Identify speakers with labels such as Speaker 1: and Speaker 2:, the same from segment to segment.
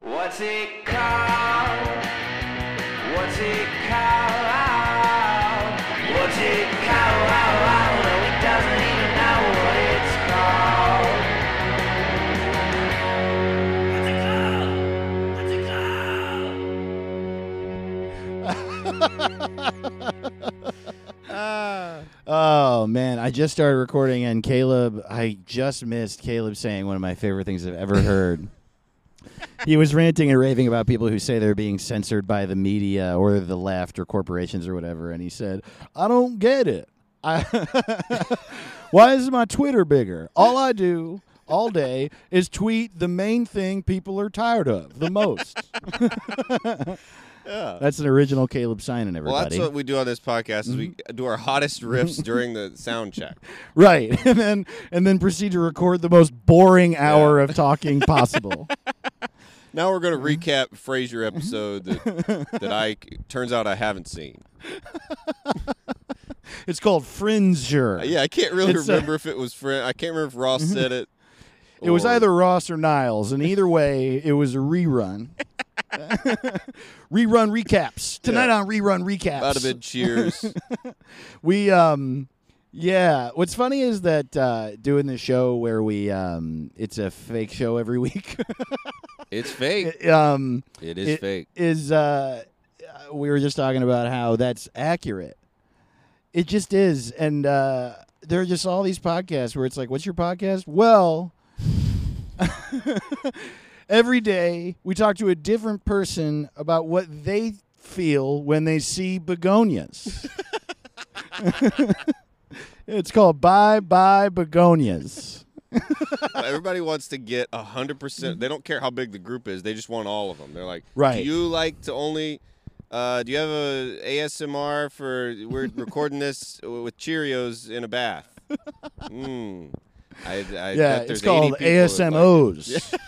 Speaker 1: What's it called? What's it called? What's it called? No, he doesn't even know what it's called. What's it called? What's it called?
Speaker 2: Oh man, I just started recording and Caleb, I just missed Caleb saying one of my favorite things I've ever heard. he was ranting and raving about people who say they're being censored by the media or the left or corporations or whatever and he said, "I don't get it. I Why is my Twitter bigger? All I do all day is tweet the main thing people are tired of the most." That's an original Caleb sign and
Speaker 3: Well,
Speaker 2: everybody. Mm-hmm.
Speaker 3: that's what we do on this podcast is we do our hottest riffs during the sound check.
Speaker 2: Right. And then and then proceed to record the most boring hour of talking possible.
Speaker 3: Now we're going to
Speaker 2: Mm-hmm.
Speaker 3: recap Frasier episode that, that I turns out I haven't seen.
Speaker 2: it's called Fringer.
Speaker 3: Yeah, I can't really
Speaker 2: It's, uh, Mm-hmm.
Speaker 3: remember if it was friend. I can't remember if Ross said it.
Speaker 2: It was
Speaker 3: or-
Speaker 2: either Ross or Niles, and either way, it was a rerun. rerun recaps. Tonight
Speaker 3: Yeah.
Speaker 2: on rerun recaps.
Speaker 3: That'd have been Cheers.
Speaker 2: we um yeah what's funny is that uh doing the show where we um it's a fake show every week
Speaker 3: it's fake.
Speaker 2: um
Speaker 3: It is
Speaker 2: it-
Speaker 3: fake.
Speaker 2: is uh uh, we were just talking about how that's accurate it just is and uh there are just all these podcasts where it's like what's your podcast well every day we talk to a different person about what they feel when they see begonias it's called bye bye begonias
Speaker 3: Everybody wants to get a hundred percent. They don't care how big the group is. They just want all of them. They're like,
Speaker 2: Right.
Speaker 3: Do you like to only? Uh, do you have a ASMR for? We're recording this with Cheerios in a bath. Mm. I, I
Speaker 2: yeah
Speaker 3: bet there's
Speaker 2: it's called
Speaker 3: 80 people that like
Speaker 2: asmos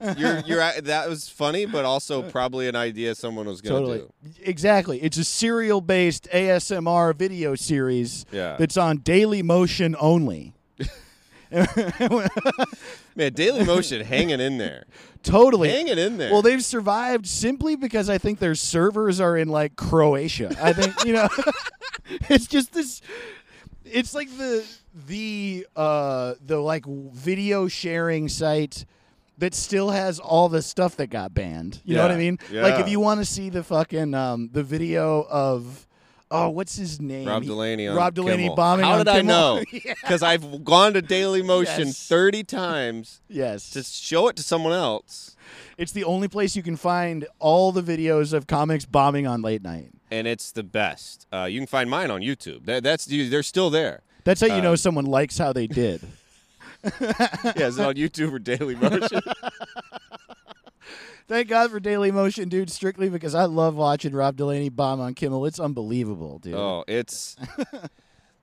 Speaker 3: it. you're, you're at- that was funny, but also probably an idea someone was gonna
Speaker 2: totally.
Speaker 3: do.
Speaker 2: Exactly. It's a serial based ASMR video series
Speaker 3: Yeah.
Speaker 2: that's on Daily Motion only.
Speaker 3: Man, Daily Motion hanging in there,
Speaker 2: Totally.
Speaker 3: hanging in there.
Speaker 2: Well, they've survived simply because I think their servers are in like Croatia. I think, you know, it's just this it's like the the uh the like video sharing site that still has all the stuff that got banned. You know what I
Speaker 3: Yeah.
Speaker 2: mean? Like if
Speaker 3: Yeah.
Speaker 2: you want to see the fucking um the video of oh what's his name?
Speaker 3: Rob
Speaker 2: He-
Speaker 3: Delaney on
Speaker 2: Rob Delaney
Speaker 3: Kimmel.
Speaker 2: bombing
Speaker 3: How
Speaker 2: on
Speaker 3: did I
Speaker 2: Kimmel.
Speaker 3: know? Because I've gone to Daily Motion
Speaker 2: Yes.
Speaker 3: 30 times
Speaker 2: yes.
Speaker 3: to show it to someone else,
Speaker 2: it's the only place you can find all the videos of comics bombing on late night.
Speaker 3: and it's the best. Uh, you can find mine on YouTube. That, that's They're still there.
Speaker 2: That's how you know someone likes how they did.
Speaker 3: Yeah, is it on YouTube or Daily Motion?
Speaker 2: Thank God for Daily Motion, dude, strictly because I love watching Rob Delaney bomb on Kimmel. It's unbelievable, dude.
Speaker 3: oh, it's.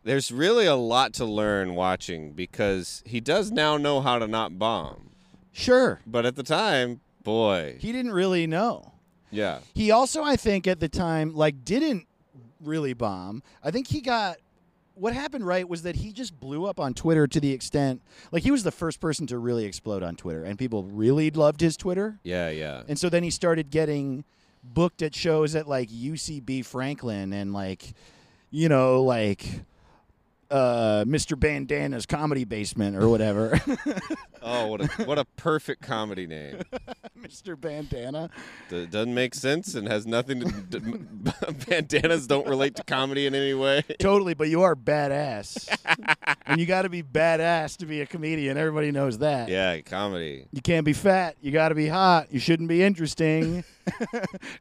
Speaker 3: There's really a lot to learn watching because he does now know how to not bomb.
Speaker 2: Sure.
Speaker 3: But at the time, boy.
Speaker 2: He didn't really know.
Speaker 3: Yeah.
Speaker 2: He also, I think, at the time, like, didn't really bomb. I think he got. What happened, right, was that he just blew up on Twitter to the extent, like, he was the first person to really explode on Twitter, and people really loved his Twitter.
Speaker 3: Yeah, yeah.
Speaker 2: And so then he started getting booked at shows at like UCB Franklin and like, you know, like uh, Mr. Bandana's Comedy Basement or whatever.
Speaker 3: Oh, what a what a perfect comedy name.
Speaker 2: Mr. Bandana.
Speaker 3: That doesn't make sense and has nothing to d- m- bandanas don't relate to comedy in any way.
Speaker 2: Totally, but you are badass. and you got to be badass to be a comedian. Everybody knows that.
Speaker 3: Yeah, comedy.
Speaker 2: You can't be fat. You got to be hot. You shouldn't be interesting.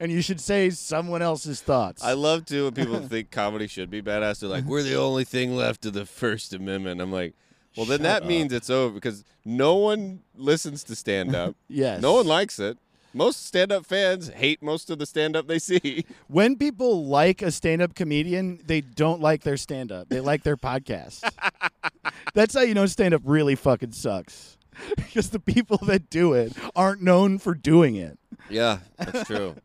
Speaker 2: and you should say someone else's thoughts.
Speaker 3: I love too when people think comedy should be badass. They're like, "We're the only thing left of the First Amendment." I'm like, "Well, then that means it's over because no one listens to stand up.
Speaker 2: Yes.
Speaker 3: no one likes it. Most stand up fans hate most of the stand up they see.
Speaker 2: When people like a stand-up comedian, they don't like their stand-up. They like their podcast. That's how you know stand-up really fucking sucks. Because the people that do it aren't known for doing it.
Speaker 3: Yeah, that's true.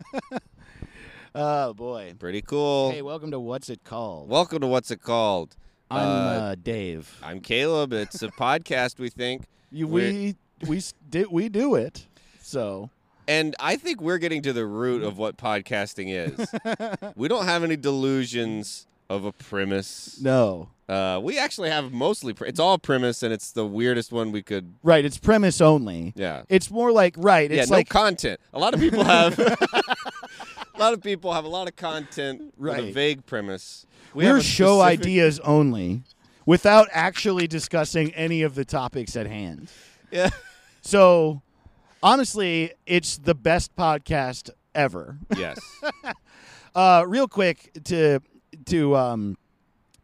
Speaker 2: Oh boy.
Speaker 3: Pretty cool.
Speaker 2: Hey, welcome to What's It Called?
Speaker 3: Welcome to what's it called?
Speaker 2: I'm
Speaker 3: Uh,
Speaker 2: uh, Dave.
Speaker 3: I'm Caleb. It's a podcast. We think
Speaker 2: You,
Speaker 3: we're-
Speaker 2: we we s- did we do it. So
Speaker 3: And I think we're getting to the root of what podcasting is. we don't have any delusions of a premise.
Speaker 2: no,
Speaker 3: Uh, we actually have mostly pre- it's all premise, and it's the weirdest one we could.
Speaker 2: right? It's premise only.
Speaker 3: Yeah,
Speaker 2: It's more like right.
Speaker 3: yeah.
Speaker 2: It's
Speaker 3: no
Speaker 2: like
Speaker 3: content. A lot of people have. a lot of people have a lot of content with a
Speaker 2: Right.
Speaker 3: vague premise. We have
Speaker 2: we're
Speaker 3: a
Speaker 2: show
Speaker 3: specific-
Speaker 2: ideas only, without actually discussing any of the topics at hand.
Speaker 3: Yeah.
Speaker 2: So honestly, it's the best podcast ever.
Speaker 3: yes.
Speaker 2: Uh, real quick to to um,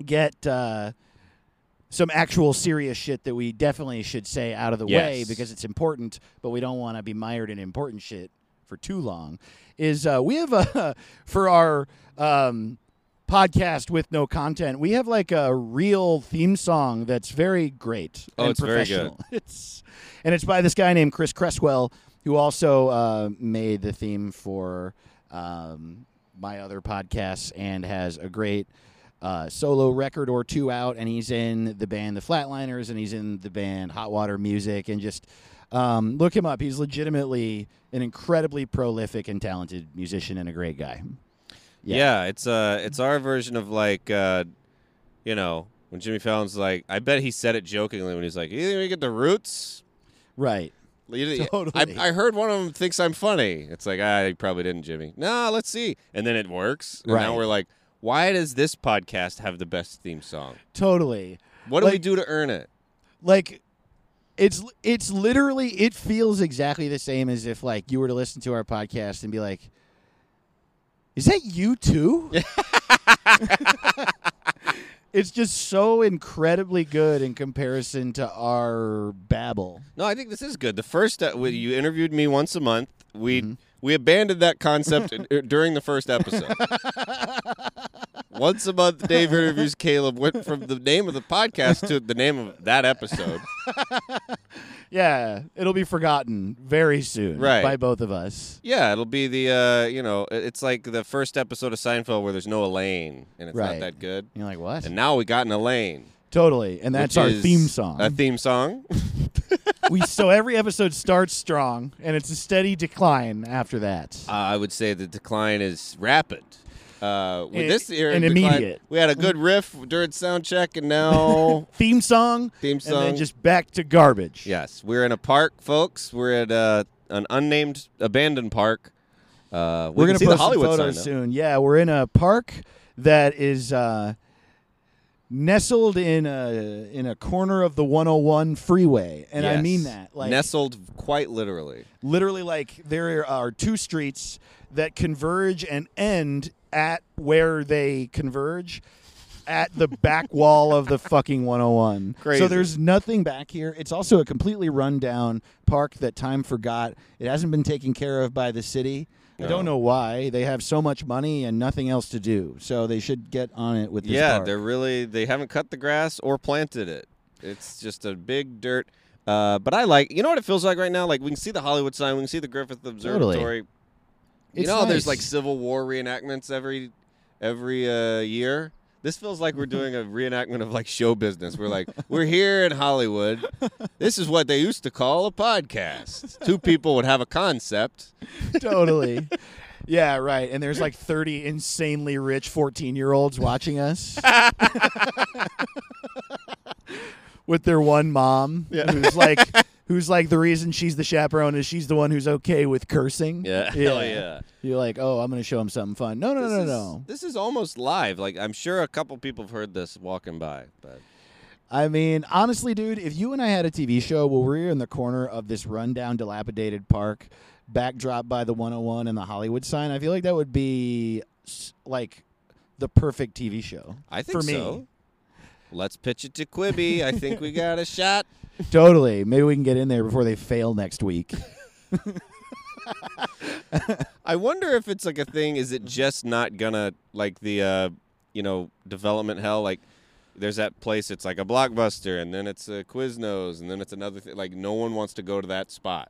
Speaker 2: get uh, some actual serious shit that we definitely should say out of the way
Speaker 3: Yes.
Speaker 2: because it's important, but we don't want to be mired in important shit for too long. Is uh, we have a for our um, podcast with no content, we have like a real theme song that's very great
Speaker 3: Oh,
Speaker 2: and
Speaker 3: it's very good.
Speaker 2: professional. it's and it's by this guy named Chris Cresswell, who also uh, made the theme for um, my other podcasts and has a great uh, solo record or two out. And he's in the band The Flatliners, and he's in the band Hot Water Music, and just. Um, look him up. He's legitimately an incredibly prolific and talented musician and a great guy.
Speaker 3: yeah.
Speaker 2: Yeah.
Speaker 3: It's uh, it's our version of like, uh, you know, when Jimmy Fallon's like, I bet he said it jokingly when he's like, "You think we get the roots."
Speaker 2: Right.
Speaker 3: You-
Speaker 2: Totally.
Speaker 3: I, I heard one of them thinks I'm funny. It's like, ah, you probably didn't, Jimmy. No, let's see. And then it works. And now
Speaker 2: Right.
Speaker 3: we're like, why does this podcast have the best theme song?
Speaker 2: Totally.
Speaker 3: What do we
Speaker 2: Like-
Speaker 3: do to earn it?
Speaker 2: like it's it's literally it feels exactly the same as if like you were to listen to our podcast and be like is that you too it's just so incredibly good in comparison to our babble
Speaker 3: No, I think this is good. The first uh, we- you interviewed me once a month. We
Speaker 2: Mm-hmm.
Speaker 3: we abandoned that concept in- er, during the first episode. once a month, Dave interviews Caleb. Went from the name of the podcast to the name of that episode.
Speaker 2: yeah it'll be forgotten very soon
Speaker 3: Right.
Speaker 2: by both of us
Speaker 3: Yeah, it'll be the uh, you know, it- it's like the first episode of Seinfeld where there's no Elaine and it's not
Speaker 2: Right.
Speaker 3: that good.
Speaker 2: and you're like what
Speaker 3: And now we got an Elaine.
Speaker 2: totally and that's
Speaker 3: which
Speaker 2: our
Speaker 3: is
Speaker 2: theme song
Speaker 3: A theme song. Uh,
Speaker 2: we so every episode starts strong and it's a steady decline after that
Speaker 3: Uh, I would say the decline is rapid. Uh, with
Speaker 2: And-
Speaker 3: this era,
Speaker 2: and
Speaker 3: decline,
Speaker 2: immediate.
Speaker 3: We had a good riff during sound check, and now
Speaker 2: theme song
Speaker 3: theme
Speaker 2: and
Speaker 3: song.
Speaker 2: then just back to garbage.
Speaker 3: yes, we're in a park, folks. We're at uh, an unnamed abandoned park. Uh, we
Speaker 2: we're
Speaker 3: can
Speaker 2: gonna
Speaker 3: see
Speaker 2: post
Speaker 3: the Hollywood
Speaker 2: some
Speaker 3: sign,
Speaker 2: photos
Speaker 3: though.
Speaker 2: soon. Yeah, we're in a park that is uh, nestled in a in a corner of the 101 freeway, and I
Speaker 3: Yes.
Speaker 2: mean that like
Speaker 3: nestled quite literally.
Speaker 2: literally like there are two streets that converge and end at where they converge at the back wall of the fucking 101.
Speaker 3: Crazy.
Speaker 2: So there's nothing back here. It's also a completely rundown park that time forgot. It hasn't been taken care of by the city. I don't know why. They have so much money and nothing else to do. So they should get on it with this
Speaker 3: yeah,
Speaker 2: park.
Speaker 3: they're really they haven't cut the grass or planted it. It's just a big dirt. Uh, but I like you know what it feels like right now. Like we can see the Hollywood sign, we can see the Griffith Observatory. You
Speaker 2: It's
Speaker 3: know, how there's
Speaker 2: nice.
Speaker 3: like Civil War reenactments every every uh, year. This feels like we're doing a reenactment of like show business. We're like, we're here in Hollywood. This is what they used to call a podcast. Two people would have a concept.
Speaker 2: totally. Yeah, right. And there's like 30 insanely rich 14 year olds watching us with their one mom who's like, who's like the reason she's the chaperone is she's the one who's okay with cursing.
Speaker 3: Hell yeah.
Speaker 2: You're like, oh, I'm going to show him something fun. No, no,
Speaker 3: This
Speaker 2: no, no,
Speaker 3: is-
Speaker 2: no.
Speaker 3: This is almost live. Like I'm sure a couple people have heard this walking by, but
Speaker 2: I mean, honestly, dude, if you and I had a TV show where we were in the corner of this rundown, dilapidated park, backdrop by the 101 and the Hollywood sign, I feel like that would be s- like the perfect TV show.
Speaker 3: I think
Speaker 2: for me.
Speaker 3: so. Let's pitch it to Quibi. I think we got a shot.
Speaker 2: Totally. Maybe we can get in there before they fail next week.
Speaker 3: I wonder if it's like a thing. Is it just not gonna like the uh, you know development hell? Like there's that place. It's like a blockbuster, and then it's a Quiznos, and then it's another thing. Like no one wants to go to that spot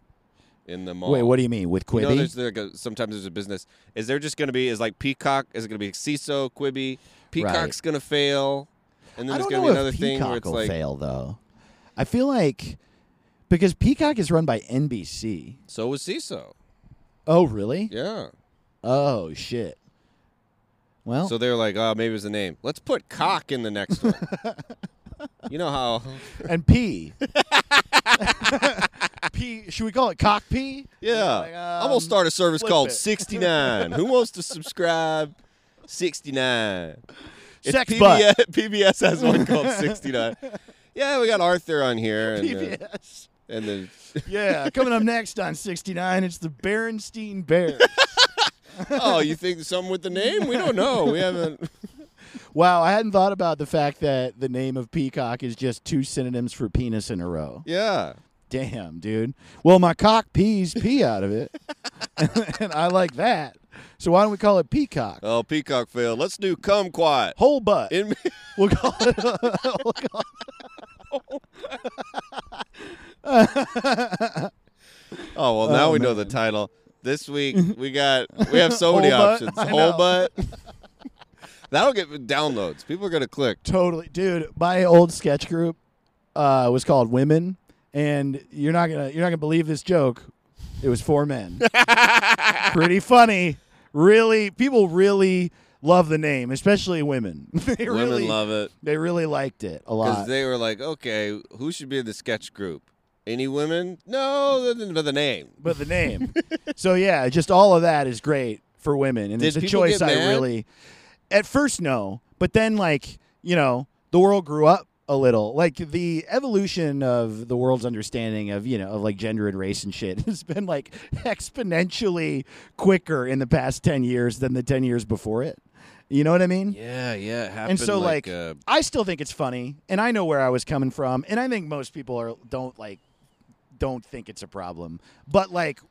Speaker 3: in the mall.
Speaker 2: Wait, what do you mean with Quibi?
Speaker 3: You know, there's like a, sometimes there's a business. Is there just gonna be is like Peacock? Is it gonna be CISO Quibi? Peacock's gonna fail, and then
Speaker 2: I
Speaker 3: there's
Speaker 2: don't know
Speaker 3: gonna be another
Speaker 2: if
Speaker 3: thing where
Speaker 2: Peacock
Speaker 3: it's
Speaker 2: will
Speaker 3: like
Speaker 2: fail though. I feel like because Peacock is run by NBC.
Speaker 3: So was CISO.
Speaker 2: Oh, really?
Speaker 3: Yeah.
Speaker 2: Oh shit. Well,
Speaker 3: So they're like, oh, maybe it's a name. Let's put cock in the next one. you know how?
Speaker 2: and P. P. Should we call it cock P?
Speaker 3: Yeah.
Speaker 2: Like,
Speaker 3: I'm
Speaker 2: um,
Speaker 3: gonna start a service
Speaker 2: flip
Speaker 3: called
Speaker 2: it.
Speaker 3: 69. Who wants to subscribe? 69. It's
Speaker 2: Sex
Speaker 3: PBS, PBS has one called 69. Yeah, we got Arthur on here, and, uh,
Speaker 2: PBS.
Speaker 3: and then
Speaker 2: Yeah, coming up next on 69, it's the Berenstein Bears.
Speaker 3: oh, you think something with the name? We don't know. We haven't.
Speaker 2: wow, I hadn't thought about the fact that the name of Peacock is just two synonyms for penis in a row.
Speaker 3: Yeah.
Speaker 2: Damn, dude. Well, my cock pees pee out of it, and I like that. So why don't we call it Peacock?
Speaker 3: Oh, Peacock failed. Let's do cum quiet.
Speaker 2: Whole butt.
Speaker 3: In
Speaker 2: We'll call it. we'll call
Speaker 3: Oh well, now
Speaker 2: Oh,
Speaker 3: we know the
Speaker 2: man.
Speaker 3: title. This week we got we have so
Speaker 2: Whole
Speaker 3: many
Speaker 2: butt?
Speaker 3: options.
Speaker 2: I
Speaker 3: Whole
Speaker 2: know.
Speaker 3: butt. That'll get downloads. People are gonna click.
Speaker 2: Totally, dude. My old sketch group uh, was called Women, and you're not gonna you're not gonna believe this joke. It was four men. Pretty funny. Really, people really love the name, especially women. they
Speaker 3: Women
Speaker 2: really
Speaker 3: love it
Speaker 2: They really liked it a
Speaker 3: because
Speaker 2: lot.
Speaker 3: they were like, okay, who should be in the sketch group? Any women? No, other than- but the name.
Speaker 2: but the name. so yeah, just all of that is great for women, and
Speaker 3: Did
Speaker 2: it's a
Speaker 3: people
Speaker 2: choice
Speaker 3: get
Speaker 2: I
Speaker 3: mad?
Speaker 2: really. At first, no, but then like you know, the world grew up a little. Like the evolution of the world's understanding of you know of like gender and race and shit has been like exponentially quicker in the past ten years than the ten years before it. You know what I mean?
Speaker 3: Yeah, yeah. It happened
Speaker 2: and so like,
Speaker 3: uh,
Speaker 2: I still think it's funny, and I know where I was coming from, and I think most people are don't like don't think it's a problem, but like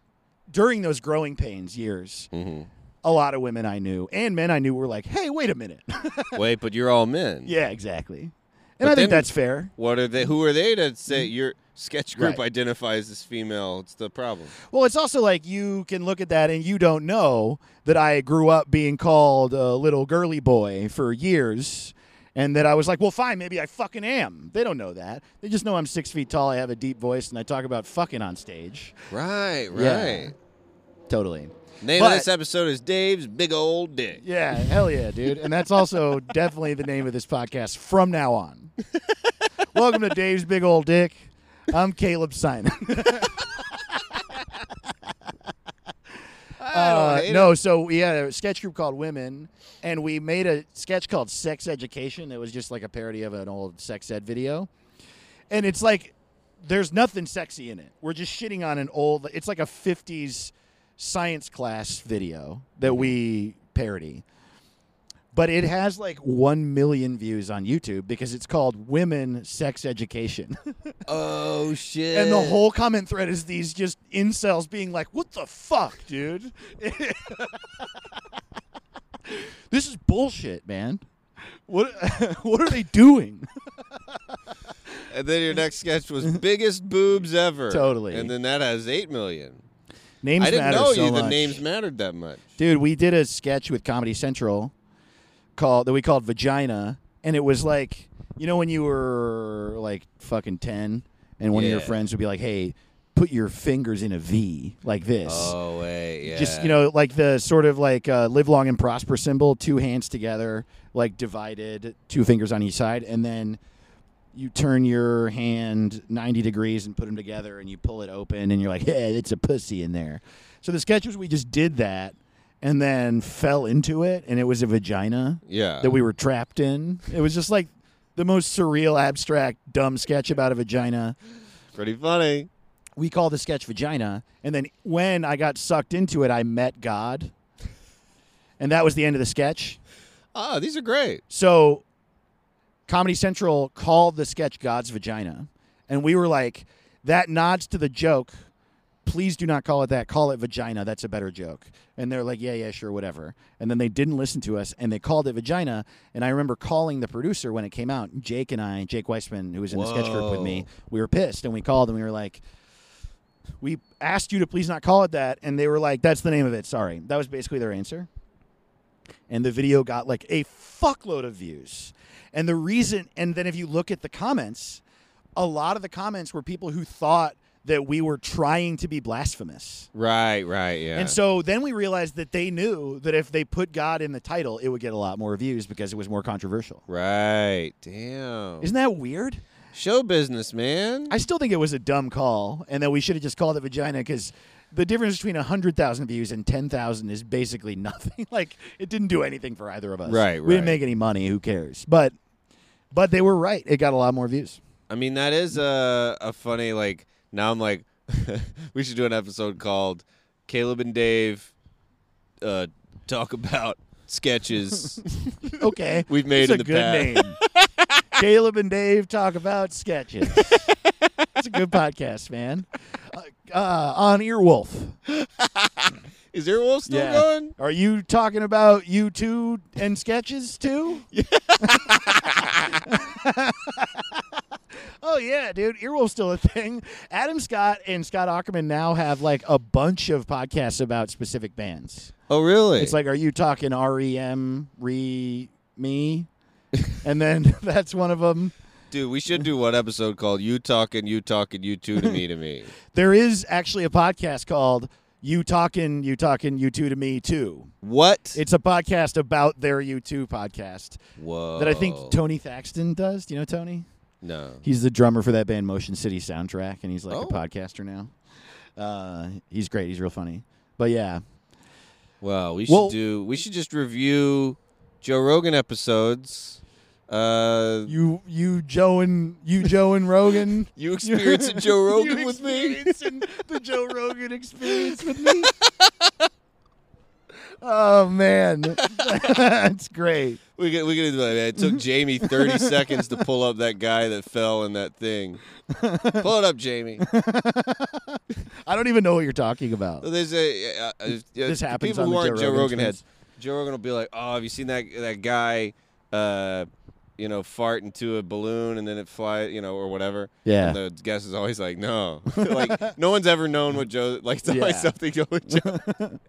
Speaker 2: during those growing pains years,
Speaker 3: mhm.
Speaker 2: a lot of women I knew and men I knew were like, "Hey, wait a minute."
Speaker 3: wait, but you're all men.
Speaker 2: yeah, exactly. And
Speaker 3: But
Speaker 2: I think
Speaker 3: then-
Speaker 2: that's fair.
Speaker 3: What are they? Who are they to say your sketch group
Speaker 2: Right.
Speaker 3: identifies as female? It's the problem.
Speaker 2: Well, it's also like you can look at that and you don't know that I grew up being called a little girly boy for years. And that I was like, well, fine, maybe I fucking am. They don't know that. They just know I'm six feet tall, I have a deep voice, and I talk about fucking on stage.
Speaker 3: Right,
Speaker 2: Yeah.
Speaker 3: right.
Speaker 2: Totally.
Speaker 3: Name
Speaker 2: But-
Speaker 3: of this episode is Dave's big old dick.
Speaker 2: Yeah, hell yeah, dude. And that's also definitely the name of this podcast from now on. Welcome to Dave's Big Old Dick. I'm Caleb Simon.
Speaker 3: I don't
Speaker 2: Uh,
Speaker 3: hate
Speaker 2: no, so we had a sketch group called Women, and we made a sketch called Sex Education that was just like a parody of an old sex ed video. And it's like, there's nothing sexy in it. We're just shitting on an old, it's like a 50s science class video that we parody. But it has like 1 million views on YouTube because it's called Women Sex Education.
Speaker 3: Oh shit!
Speaker 2: And the whole comment thread is these just incels being like, "What the fuck, dude? this is bullshit, man. What what are they doing?"
Speaker 3: And then your next sketch was biggest boobs ever.
Speaker 2: Totally.
Speaker 3: And then that has eight million.
Speaker 2: Names
Speaker 3: I didn't
Speaker 2: matter
Speaker 3: know
Speaker 2: so
Speaker 3: you.
Speaker 2: much.
Speaker 3: The names mattered that much.
Speaker 2: dude. We did a sketch with Comedy Central called that we called Vagina, and it was like you know when you were like fucking ten, and one of your
Speaker 3: Yeah.
Speaker 2: friends would be like, "Hey, put your fingers in a V like this."
Speaker 3: Oh wait, yeah.
Speaker 2: just you know like the sort of like uh, live long and prosper symbol two hands together like divided two fingers on each side and then you turn your hand 90 degrees and put them together and you pull it open and you're like hey it's a pussy in there so the sketches we just did that and then fell into it and it was a vagina
Speaker 3: Yeah.
Speaker 2: that we were trapped in it was just like the most surreal abstract dumb sketch about a vagina
Speaker 3: Pretty funny.
Speaker 2: we call the sketch vagina and then when i got sucked into it i met god and that was the end of the sketch
Speaker 3: Ah, these are great.
Speaker 2: so comedy central called the sketch god's vagina and we were like that nods to the joke please do not call it that call it vagina that's a better joke and they're like yeah yeah sure whatever and then they didn't listen to us and they called it vagina and i remember calling the producer when it came out jake and i jake weissman who was in the sketch group with me we were pissed and we called and we were like we asked you to please not call it that and they were like that's the name of it sorry that was basically their answer and the video got like a fuckload of views and the reason and then if you look at the comments a lot of the comments were people who thought that we were trying to be blasphemous.
Speaker 3: Right, right, yeah.
Speaker 2: And so then we realized that they knew that if they put God in the title, it would get a lot more views because it was more controversial.
Speaker 3: right, damn.
Speaker 2: Isn't that weird?
Speaker 3: Show business, man.
Speaker 2: I still think it was a dumb call, and that we should have just called it vagina because the difference between hundred thousand views and ten thousand is basically nothing. like it didn't do anything for either of us.
Speaker 3: Right,
Speaker 2: We didn't
Speaker 3: right.
Speaker 2: make any money. Who cares? But but they were right. It got a lot more views.
Speaker 3: I mean, that is a a funny like. Now I'm like, we should do an episode called Caleb and Dave uh, talk about sketches
Speaker 2: Okay,
Speaker 3: we've made
Speaker 2: it's
Speaker 3: in
Speaker 2: a
Speaker 3: the
Speaker 2: good
Speaker 3: past.
Speaker 2: name. Caleb and Dave talk about sketches. It's a good podcast, man. Uh, uh, on Earwolf,
Speaker 3: Is there wolf still
Speaker 2: Yeah.
Speaker 3: going?
Speaker 2: are you talking about you two and sketches too? Oh yeah, dude, Earwolf's still a thing. Adam Scott and Scott Ackerman now have like a bunch of podcasts about specific bands.
Speaker 3: Oh, really?
Speaker 2: It's like, are you talking REM, re me? and then that's one of them.
Speaker 3: dude, we should do one episode called "You Talking, You Talking, You Two to Me to Me."
Speaker 2: There is actually a podcast called "You Talking, You Talking, You Two to Me Too."
Speaker 3: What?
Speaker 2: It's a podcast about their U two podcast
Speaker 3: Whoa.
Speaker 2: that I think Tony Thaxton does. Do you know Tony?
Speaker 3: No.
Speaker 4: He's the drummer for that band Motion City Soundtrack, and he's like
Speaker 3: Oh.
Speaker 4: a podcaster now. Uh, he's great. He's real funny. But yeah,
Speaker 3: Well, we
Speaker 2: Well-
Speaker 3: should do. We should just review Joe Rogan episodes. Uh, you,
Speaker 2: You, you, Joe and you, Joe and Rogan.
Speaker 3: experiencing Joe Rogan
Speaker 2: You
Speaker 3: with me?
Speaker 2: experiencing the Joe Rogan experience with me. oh man, that's great.
Speaker 3: We could, we could do that. It
Speaker 2: Mm-hmm.
Speaker 3: took Jamie 30 seconds to pull up that guy that fell in that thing. Pull it up, Jamie.
Speaker 2: I don't even know what you're talking about.
Speaker 3: So there's a uh, uh, uh,
Speaker 2: This happens
Speaker 3: People
Speaker 2: on
Speaker 3: who
Speaker 2: the
Speaker 3: aren't
Speaker 2: Joe
Speaker 3: Joe
Speaker 2: Rogan
Speaker 3: Rogan heads.
Speaker 2: Experience.
Speaker 3: Joe Rogan will be like, "Oh, have you seen that that guy? Uh, you know, fart into a balloon and then it flies, you know, or whatever."
Speaker 4: Yeah.
Speaker 3: And the guest is always like, "No, like no one's ever known what Joe like. It's always
Speaker 4: Yeah.
Speaker 3: something going with Joe." And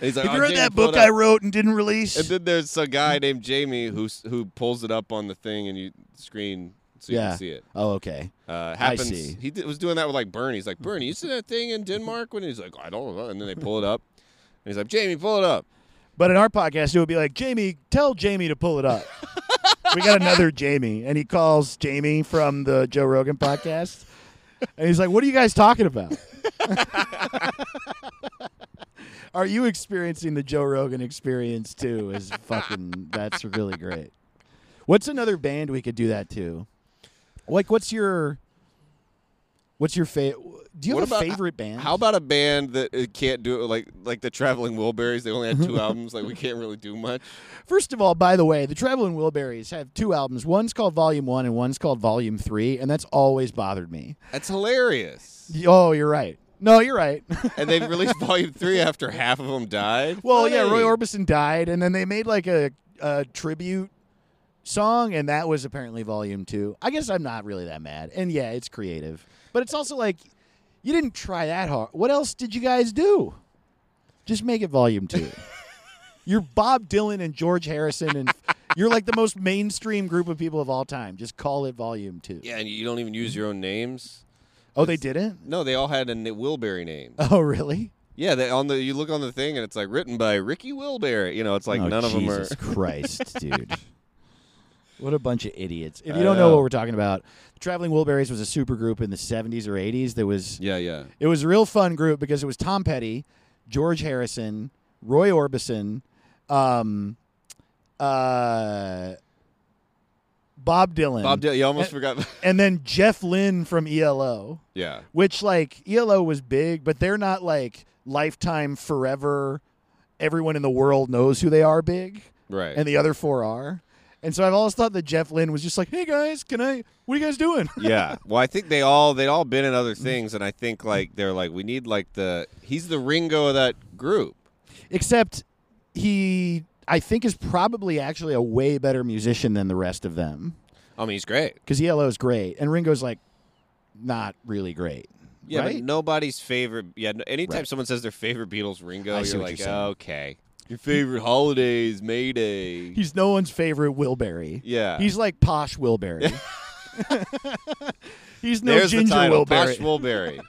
Speaker 3: he's like,
Speaker 2: Have
Speaker 3: "Oh,
Speaker 2: you read
Speaker 3: Jamie,
Speaker 2: that
Speaker 3: pull it
Speaker 2: book I
Speaker 3: up."
Speaker 2: wrote and didn't release?
Speaker 3: And then there's a guy named Jamie who s- who pulls it up on the thing and you screen so you
Speaker 4: Yeah.
Speaker 3: can see it.
Speaker 4: oh okay,
Speaker 3: Uh, happens.
Speaker 4: see.
Speaker 3: He d- was doing that with like Bernie. He's like, Bernie, you see that thing in Denmark? When he's like, I don't know. And then they pull it up. And he's like, Jamie, pull it up.
Speaker 2: But in our podcast, it would be like, Jamie, tell Jamie to pull it up. we got another Jamie, and he calls Jamie from the Joe Rogan podcast. And he's like, What are you guys talking about? are you experiencing the Joe Rogan experience too? Is fucking that's really great. What's another band we could do that to? Like, what's your what's your favorite? Do you
Speaker 3: What
Speaker 2: have
Speaker 3: about-
Speaker 2: a favorite band?
Speaker 3: How about a band that uh, can't do it like like the Traveling Wilburys? They only had two albums. Like we can't really do much.
Speaker 2: First of all, by the way, the Traveling Wilburys have two albums. One's called Volume One and one's called Volume Three, and that's always bothered me.
Speaker 3: That's hilarious.
Speaker 2: Y- Oh, you're right. No, you're right.
Speaker 3: And they released Volume Three after half of them died.
Speaker 2: well, yeah,
Speaker 3: Funny.
Speaker 2: Roy Orbison died, and then they made like a, a tribute song, and that was apparently Volume Two. I guess I'm not really that mad. And yeah, it's creative, but it's also like you didn't try that hard. What else did you guys do? Just make it Volume Two. You're Bob Dylan and George Harrison, and you're like the most mainstream group of people of all time. Just call it Volume Two.
Speaker 3: Yeah, and you don't even use your own names.
Speaker 2: oh, they didn't.
Speaker 3: No, they all had a n- Wilbury name.
Speaker 2: Oh, really?
Speaker 3: Yeah, they on the you look on the thing and it's like written by Ricky Wilbury. You know, it's like
Speaker 4: Oh,
Speaker 3: none of them are.
Speaker 4: Jesus Christ, dude. What a bunch of idiots!
Speaker 2: If
Speaker 4: If
Speaker 2: you
Speaker 4: you
Speaker 3: I
Speaker 2: don't know
Speaker 3: know.
Speaker 2: what we're talking about, Traveling Wilburys was a supergroup in the 70s or 80s that was
Speaker 3: Yeah, yeah.
Speaker 2: It was a real fun group because it was Tom Petty, George Harrison, Roy Orbison, um, uh, Bob Dylan,
Speaker 3: Bob Dylan. You almost forgot.
Speaker 2: and then Jeff Lynne from ELO,
Speaker 3: yeah.
Speaker 2: which like ELO was big, but they're not like lifetime, forever. Everyone in the world knows who they are, big,
Speaker 3: Right.
Speaker 2: and the other four are. And so I've always thought that Jeff Lynne was just like, "Hey guys, can I? What are you guys doing?"
Speaker 3: yeah. Well, I think they all they'd all been in other things, and I think like they're like we need like the he's the Ringo of that group.
Speaker 2: except he i think is probably actually a way better musician than the rest of them
Speaker 3: I mean, he's great.
Speaker 2: because elo is great and ringo's like not really great
Speaker 3: Yeah,
Speaker 2: right?
Speaker 3: but nobody's favorite. Yeah, no- anytime
Speaker 2: Right.
Speaker 3: someone says their favorite Beatles Ringo,
Speaker 4: I see
Speaker 3: you're
Speaker 4: what
Speaker 3: like,
Speaker 4: you're saying.
Speaker 3: okay, your favorite holidays May Day.
Speaker 2: he's no one's favorite wilbury
Speaker 3: yeah,
Speaker 2: he's like posh wilbury
Speaker 5: He's no
Speaker 3: There's
Speaker 5: Ginger
Speaker 3: the title,
Speaker 5: Wilberry.
Speaker 3: Posh Wilberry.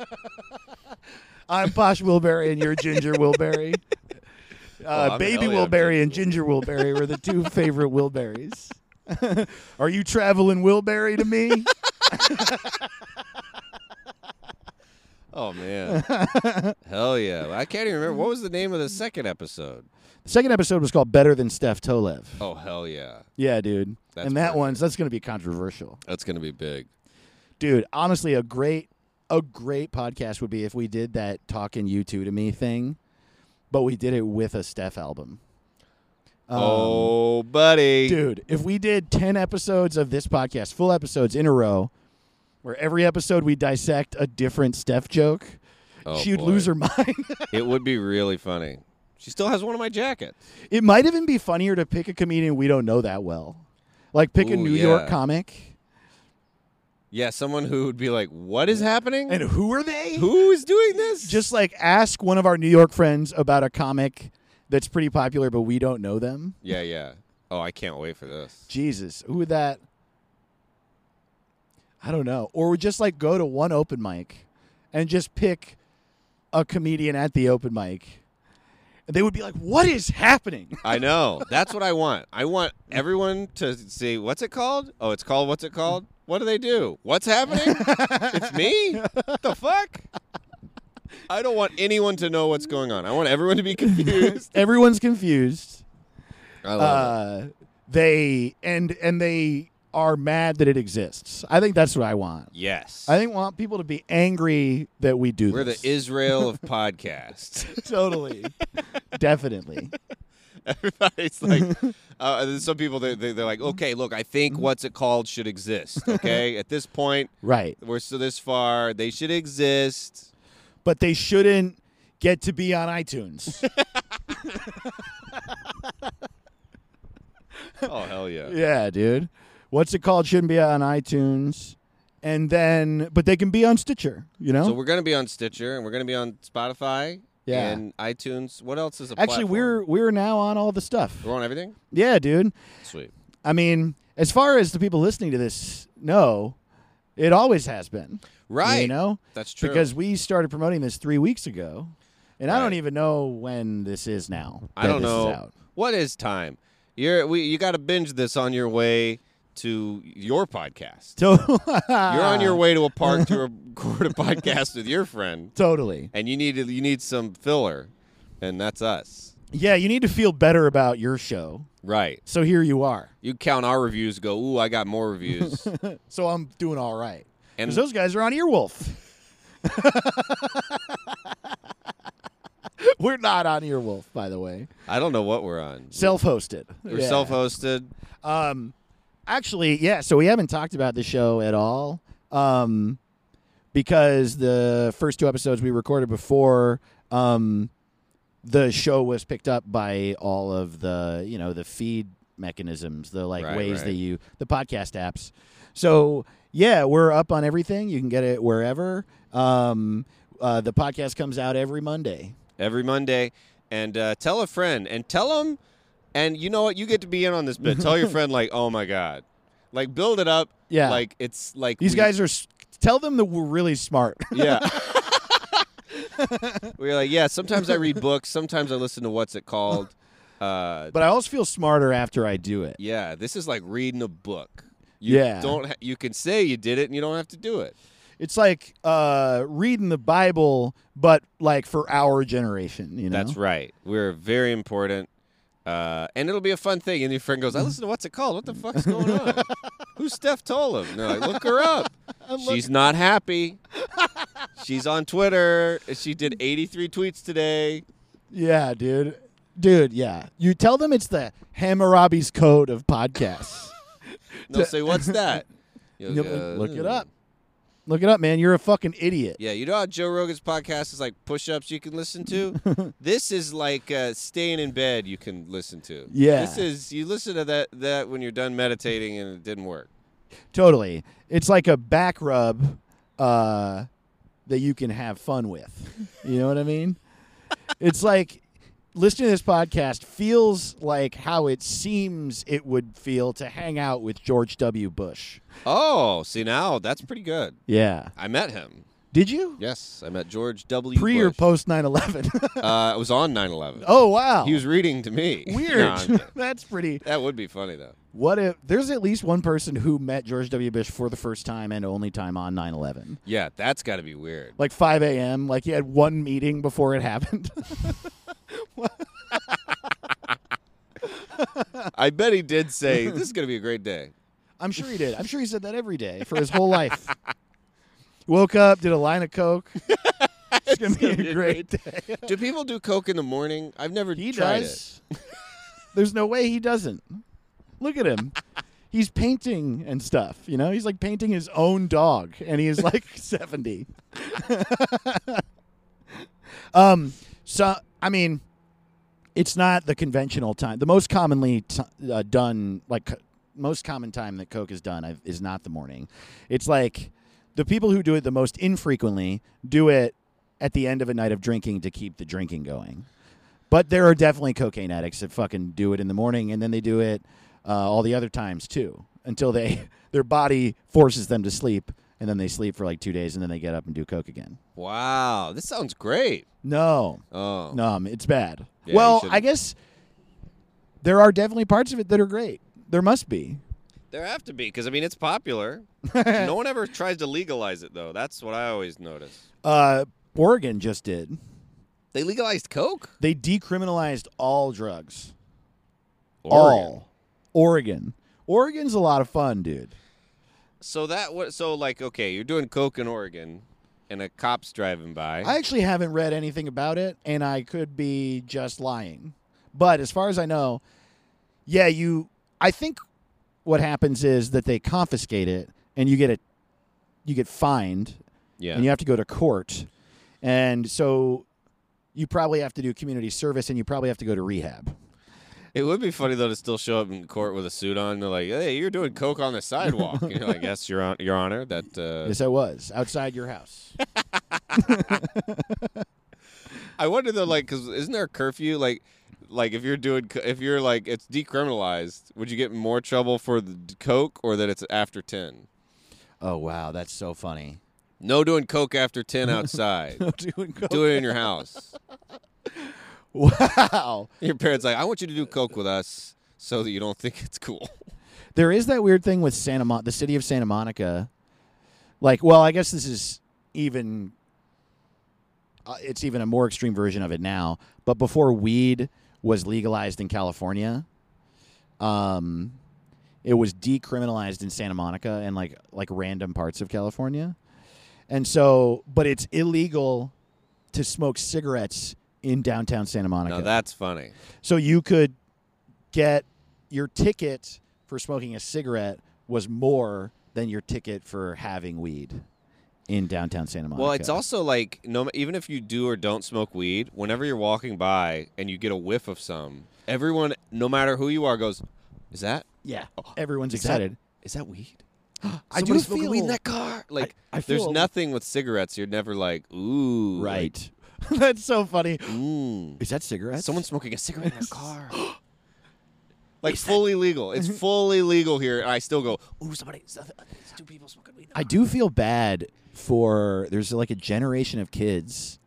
Speaker 5: I'm Posh Wilberry and you're Ginger Wilberry. Uh,
Speaker 3: I'm
Speaker 5: Baby
Speaker 3: Elliot, I'm
Speaker 5: Wilberry and Ginger Wilberry were the two favorite Wilberries. Are you traveling Wilberry to me?
Speaker 3: Oh man, hell yeah! I can't even remember what was the name of the second episode.
Speaker 2: The second episode was called Better Than Steph Tolev.
Speaker 3: Oh hell yeah,
Speaker 2: Yeah, dude.
Speaker 3: That's
Speaker 2: and that
Speaker 3: perfect.
Speaker 2: one's that's going to be controversial.
Speaker 3: that's gonna be big.
Speaker 2: Dude, honestly a great a great podcast would be if we did that talking you two to me thing, but we did it with a Steph album. Um,
Speaker 3: oh buddy,
Speaker 2: Dude, if we did 10 episodes of this podcast, full episodes in a row, where every episode we dissect a different Steph joke,
Speaker 3: Oh,
Speaker 2: she'd
Speaker 3: boy.
Speaker 2: lose her mind.
Speaker 3: It would be really funny. She still has one of my jackets.
Speaker 2: it might even be funnier to pick a comedian we don't know that well. Like pick a
Speaker 3: Ooh,
Speaker 2: New York
Speaker 3: yeah.
Speaker 2: comic.
Speaker 3: Yeah, someone who would be like, "What is happening?
Speaker 2: And who are they?
Speaker 3: who is doing this?"
Speaker 2: Just like ask one of our New York friends about a comic that's pretty popular, but we don't know them.
Speaker 3: yeah, yeah. Oh, I can't wait for this.
Speaker 2: Jesus, who would that? I don't know. Or we just like go to one open mic and just pick a comedian at the open mic. And they would be like, what is happening?
Speaker 3: I know. That's what I want. I want everyone to see what's it called? Oh, it's called what's it called? What do they do? What's happening? it's me? The fuck? I don't want anyone to know what's going on. I want everyone to be confused.
Speaker 2: Everyone's confused.
Speaker 3: I love
Speaker 2: Uh, they and and they are mad that it exists. I think that's what I want.
Speaker 3: it. Yes.
Speaker 2: I think want people to be angry that we do
Speaker 3: We're the
Speaker 2: this.
Speaker 3: Israel of podcasts.
Speaker 2: totally. Definitely.
Speaker 3: Everybody's like, uh, there's some people they they- they're like, okay, look, I think
Speaker 2: Mm-hmm.
Speaker 3: what's it called should exist. Okay, at this point,
Speaker 2: Right.
Speaker 3: we're so this far, they should exist.
Speaker 2: But they shouldn't get to be on iTunes.
Speaker 3: Oh hell yeah.
Speaker 2: Yeah, dude. What's it called? Shouldn't be on iTunes. And then, but they can be on Stitcher, you know?
Speaker 3: So we're gonna be on Stitcher and we're gonna be on Spotify
Speaker 2: Yeah.
Speaker 3: and iTunes. What else is a
Speaker 2: Actually,
Speaker 3: platform?
Speaker 2: we're we're now on all the stuff.
Speaker 3: we're on everything.
Speaker 2: Yeah, dude.
Speaker 3: Sweet.
Speaker 2: I mean, as far as the people listening to this know, it always has been.
Speaker 3: Right.
Speaker 2: You know?
Speaker 3: That's true.
Speaker 2: Because we started promoting this three weeks ago. And I don't
Speaker 3: Right.
Speaker 2: even know when this is now.
Speaker 3: I
Speaker 2: that
Speaker 3: don't
Speaker 2: this is
Speaker 3: know
Speaker 2: out.
Speaker 3: what is time. You're we you got to binge this on your way to your podcast.
Speaker 2: So
Speaker 3: You're on your way to a park to record a podcast with your friend,
Speaker 2: Totally.
Speaker 3: and you need to, you need some filler, and that's us.
Speaker 2: Yeah, you need to feel better about your show.
Speaker 3: Right.
Speaker 2: So here you are.
Speaker 3: You count our reviews. Go. Ooh, I got more reviews.
Speaker 2: So I'm doing all right.
Speaker 3: And
Speaker 2: Because those guys are on Earwolf. We're not on Earwolf, by the way.
Speaker 3: I don't know what we're on.
Speaker 2: Self-hosted.
Speaker 3: We're
Speaker 2: Yeah.
Speaker 3: self-hosted.
Speaker 2: Um, actually, yeah. So we haven't talked about the show at all, um, because the first two episodes we recorded before um, the show was picked up by all of the you know the feed mechanisms, the like
Speaker 3: Right,
Speaker 2: ways that
Speaker 3: right.
Speaker 2: you the podcast apps. So yeah, we're up on everything. You can get it wherever. Um, uh, the podcast comes out every Monday.
Speaker 3: every Monday. And uh, tell a friend and tell them. And you know what? You get to be in on this bit. Tell your friend, like, oh my God. Like, build it up.
Speaker 2: Yeah.
Speaker 3: Like, it's like.
Speaker 2: These
Speaker 3: we-
Speaker 2: guys are. s- Tell them that we're really smart.
Speaker 3: Yeah. We're like, yeah, sometimes I read books. Sometimes I listen to what's it called. Uh,
Speaker 2: But I always feel smarter after I do it.
Speaker 3: yeah, this is like reading a book. You
Speaker 2: Yeah.
Speaker 3: Don't ha- you can say you did it and you don't have to do it.
Speaker 2: It's like uh, reading the Bible, but like for our generation. You know,
Speaker 3: That's right. We're very important. Uh, and it'll be a fun thing. And your friend goes, I listen to what's it called? What the fuck's going on? Who's Steph Tollum? And they're like, look her up. She's not happy. She's on Twitter. She did 83 tweets today.
Speaker 2: yeah, dude, dude, yeah. You tell them it's the Hammurabi's Code of podcasts.
Speaker 3: And they'll say, what's that? You'll
Speaker 2: You'll be
Speaker 3: go,
Speaker 2: like, Look it
Speaker 3: "Ooh."
Speaker 2: up. Look it up, man. You're a fucking idiot.
Speaker 3: Yeah, you know how Joe Rogan's podcast is like push-ups you can listen to. this is like uh, staying in bed you can listen to.
Speaker 2: Yeah.
Speaker 3: this is you listen to that that when you're done meditating and it didn't work.
Speaker 2: Totally. It's like a back rub uh, that you can have fun with. You know what I mean? it's like listening to this podcast feels like how it seems it would feel to hang out with George W. Bush.
Speaker 3: Oh, see now that's pretty good.
Speaker 6: Yeah.
Speaker 3: I met him.
Speaker 2: Did you?
Speaker 3: Yes, I met George W.
Speaker 2: Pre or
Speaker 3: Bush.
Speaker 2: post 9 11?
Speaker 3: Uh, it was on 9/11.
Speaker 2: oh, wow.
Speaker 3: He was reading to me. No,
Speaker 2: Weird.
Speaker 3: I'm kidding.
Speaker 2: That's pretty.
Speaker 3: that would be funny though.
Speaker 2: What if
Speaker 6: There's at least one person who met George W. Bush for the first time and only time on 9 11.
Speaker 3: Yeah, that's got to be weird.
Speaker 2: like 5 a.m. Like he had one meeting before it happened.
Speaker 3: I bet he did say this is going to be a great day.
Speaker 2: I'm sure he did. I'm sure he said that every day for his whole life. Woke up, did a line of coke. It's gonna be
Speaker 3: be
Speaker 2: a
Speaker 3: a
Speaker 2: great day.
Speaker 3: Do people do coke in the morning? I've never
Speaker 2: He
Speaker 3: tried
Speaker 2: does. There's no way he doesn't. Look at him. He's painting and stuff. You know, he's like painting his own dog, and he is like 70. um. So I mean, it's not the conventional time. The most commonly t- uh, done, like c- most common time that Coke is done, i is not the morning. It's like the people who do it the most infrequently do it at the end of a night of drinking to keep the drinking going. But there are definitely cocaine addicts that fucking do it in the morning, and then they do it uh, all the other times too, until they their body forces them to sleep, and then they sleep for like two days, and then they get up and do coke again.
Speaker 3: it. Wow, this sounds great.
Speaker 2: No,
Speaker 3: Oh,
Speaker 2: no, um, it's bad.
Speaker 3: Yeah, you
Speaker 2: well,
Speaker 3: shouldn't.
Speaker 2: I guess there are definitely parts of it that are great. There must be.
Speaker 3: there have to be because I mean it's popular. no one ever tries to legalize it though. That's what I always notice.
Speaker 2: Uh, Oregon just did.
Speaker 3: They legalized coke.
Speaker 2: They decriminalized all drugs.
Speaker 3: Oregon.
Speaker 2: All. Oregon. Oregon's a lot of fun, dude.
Speaker 3: So that what? So like, okay, you're doing coke in Oregon, and a cop's driving by.
Speaker 2: I actually haven't read anything about it, and I could be just lying. But as far as I know, yeah, you. I think what happens is that they confiscate it, and you get a, you get fined,
Speaker 3: yeah.
Speaker 2: and you have to go to court, and so you probably have to do community service, and you probably have to go to rehab.
Speaker 3: It would be funny though to still show up in court with a suit on. They're like, "Hey, you're doing coke on the sidewalk." and you're like, "Yes, Your, Hon- Your Honor, that." Uh,
Speaker 2: Yes, I was outside your house.
Speaker 3: I wonder though, like, because isn't there a curfew? Like, like if you're doing, co- if you're like, it's decriminalized, would you get in more trouble for the d- coke or that it's after ten?
Speaker 2: oh wow, that's so funny.
Speaker 3: No doing coke after ten outside.
Speaker 2: Doing coke.
Speaker 3: do it in your house.
Speaker 2: wow.
Speaker 3: Your parents like, I want you to do coke with us so that you don't think it's cool.
Speaker 2: There is that weird thing with Santa Mon- the city of Santa Monica. Like, well, I guess this is even uh, it's even a more extreme version of it now, but before weed was legalized in California, um it was decriminalized in Santa Monica and like like random parts of California. And so, but it's illegal to smoke cigarettes in downtown Santa Monica.
Speaker 3: Now that's funny.
Speaker 2: So you could get your ticket for smoking a cigarette was more than your ticket for having weed in downtown Santa Monica.
Speaker 3: Well, it's also like no, even if you do or don't smoke weed, whenever you're walking by and you get a whiff of some, everyone, no matter who you are, goes, Oh, "Is that?
Speaker 2: yeah, everyone's
Speaker 3: that-
Speaker 2: excited.
Speaker 3: Is that weed?
Speaker 2: I
Speaker 3: Somebody
Speaker 2: do
Speaker 3: smoking
Speaker 2: feel
Speaker 3: weed in that car. Like,
Speaker 2: I
Speaker 3: there's
Speaker 2: feel-
Speaker 3: nothing with cigarettes. You're never like, ooh, like,
Speaker 2: right. That's so funny.
Speaker 3: mm,
Speaker 2: Is that cigarette?
Speaker 3: someone's smoking a cigarette in their car. like fully legal.
Speaker 2: Mm-hmm.
Speaker 3: It's fully legal here, and I still go, ooh, somebody, it's two people smoking weed. in the
Speaker 2: I do feel bad for there's like a generation of kids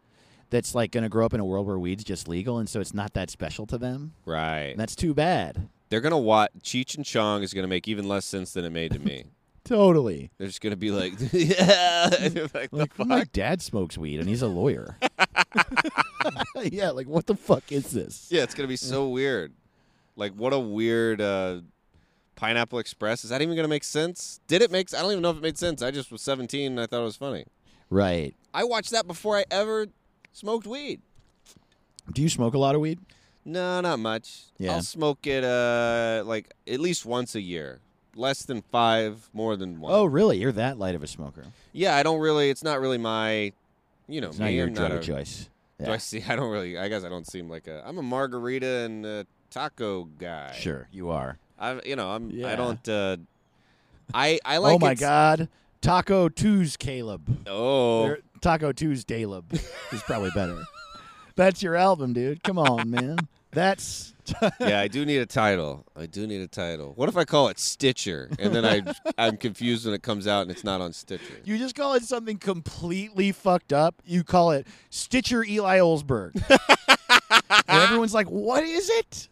Speaker 2: that's like going to grow up in a world where weed's just legal and so it's not that special to them.
Speaker 3: car." Right.
Speaker 2: And that's too bad.
Speaker 3: They're gonna watch. Cheech and Chong is gonna make even less sense than it made to me.
Speaker 2: Totally.
Speaker 3: They're just gonna be like, yeah. And you're like, the
Speaker 2: Like
Speaker 3: fuck?
Speaker 2: my dad smokes weed and he's a lawyer. yeah, like what the fuck is this?
Speaker 3: Yeah, it's gonna be so weird. Like, what a weird uh, Pineapple Express. Is that even gonna make sense? Did it make? s- I don't even know if it made sense. I just was 17 and I thought it was funny.
Speaker 2: Right.
Speaker 3: I watched that before I ever smoked weed.
Speaker 2: Do you smoke a lot of weed?
Speaker 3: No, not much.
Speaker 2: Yeah.
Speaker 3: I'll smoke it uh, like at least once a year. Less than five, more than one.
Speaker 2: Oh, really? You're that light of a smoker.
Speaker 3: yeah. I don't really. It's not really my. You know,
Speaker 2: It's
Speaker 3: me.
Speaker 2: not your
Speaker 3: I'm
Speaker 2: drug
Speaker 3: not
Speaker 2: of
Speaker 3: a-
Speaker 2: choice.
Speaker 3: Do
Speaker 2: Yeah.
Speaker 3: I see? I don't really. I guess I don't seem like a. I'm a margarita and a taco guy.
Speaker 2: Sure, you are.
Speaker 3: I, you know, I'm. I
Speaker 2: Yeah.
Speaker 3: don't. Uh, I I like.
Speaker 2: oh my
Speaker 3: it's-
Speaker 2: god, Taco Tues Caleb.
Speaker 3: Oh,
Speaker 2: Or Taco Tues Daleb is probably better.
Speaker 5: That's your album, dude. Come on, man. That's
Speaker 3: yeah, I do need a title. I do need a title. What if I call it Stitcher and then I I'm confused when it comes out and it's not on Stitcher?
Speaker 5: you just call it something completely fucked up. You call it Stitcher Eli Olsberg. and everyone's like, "What is it?"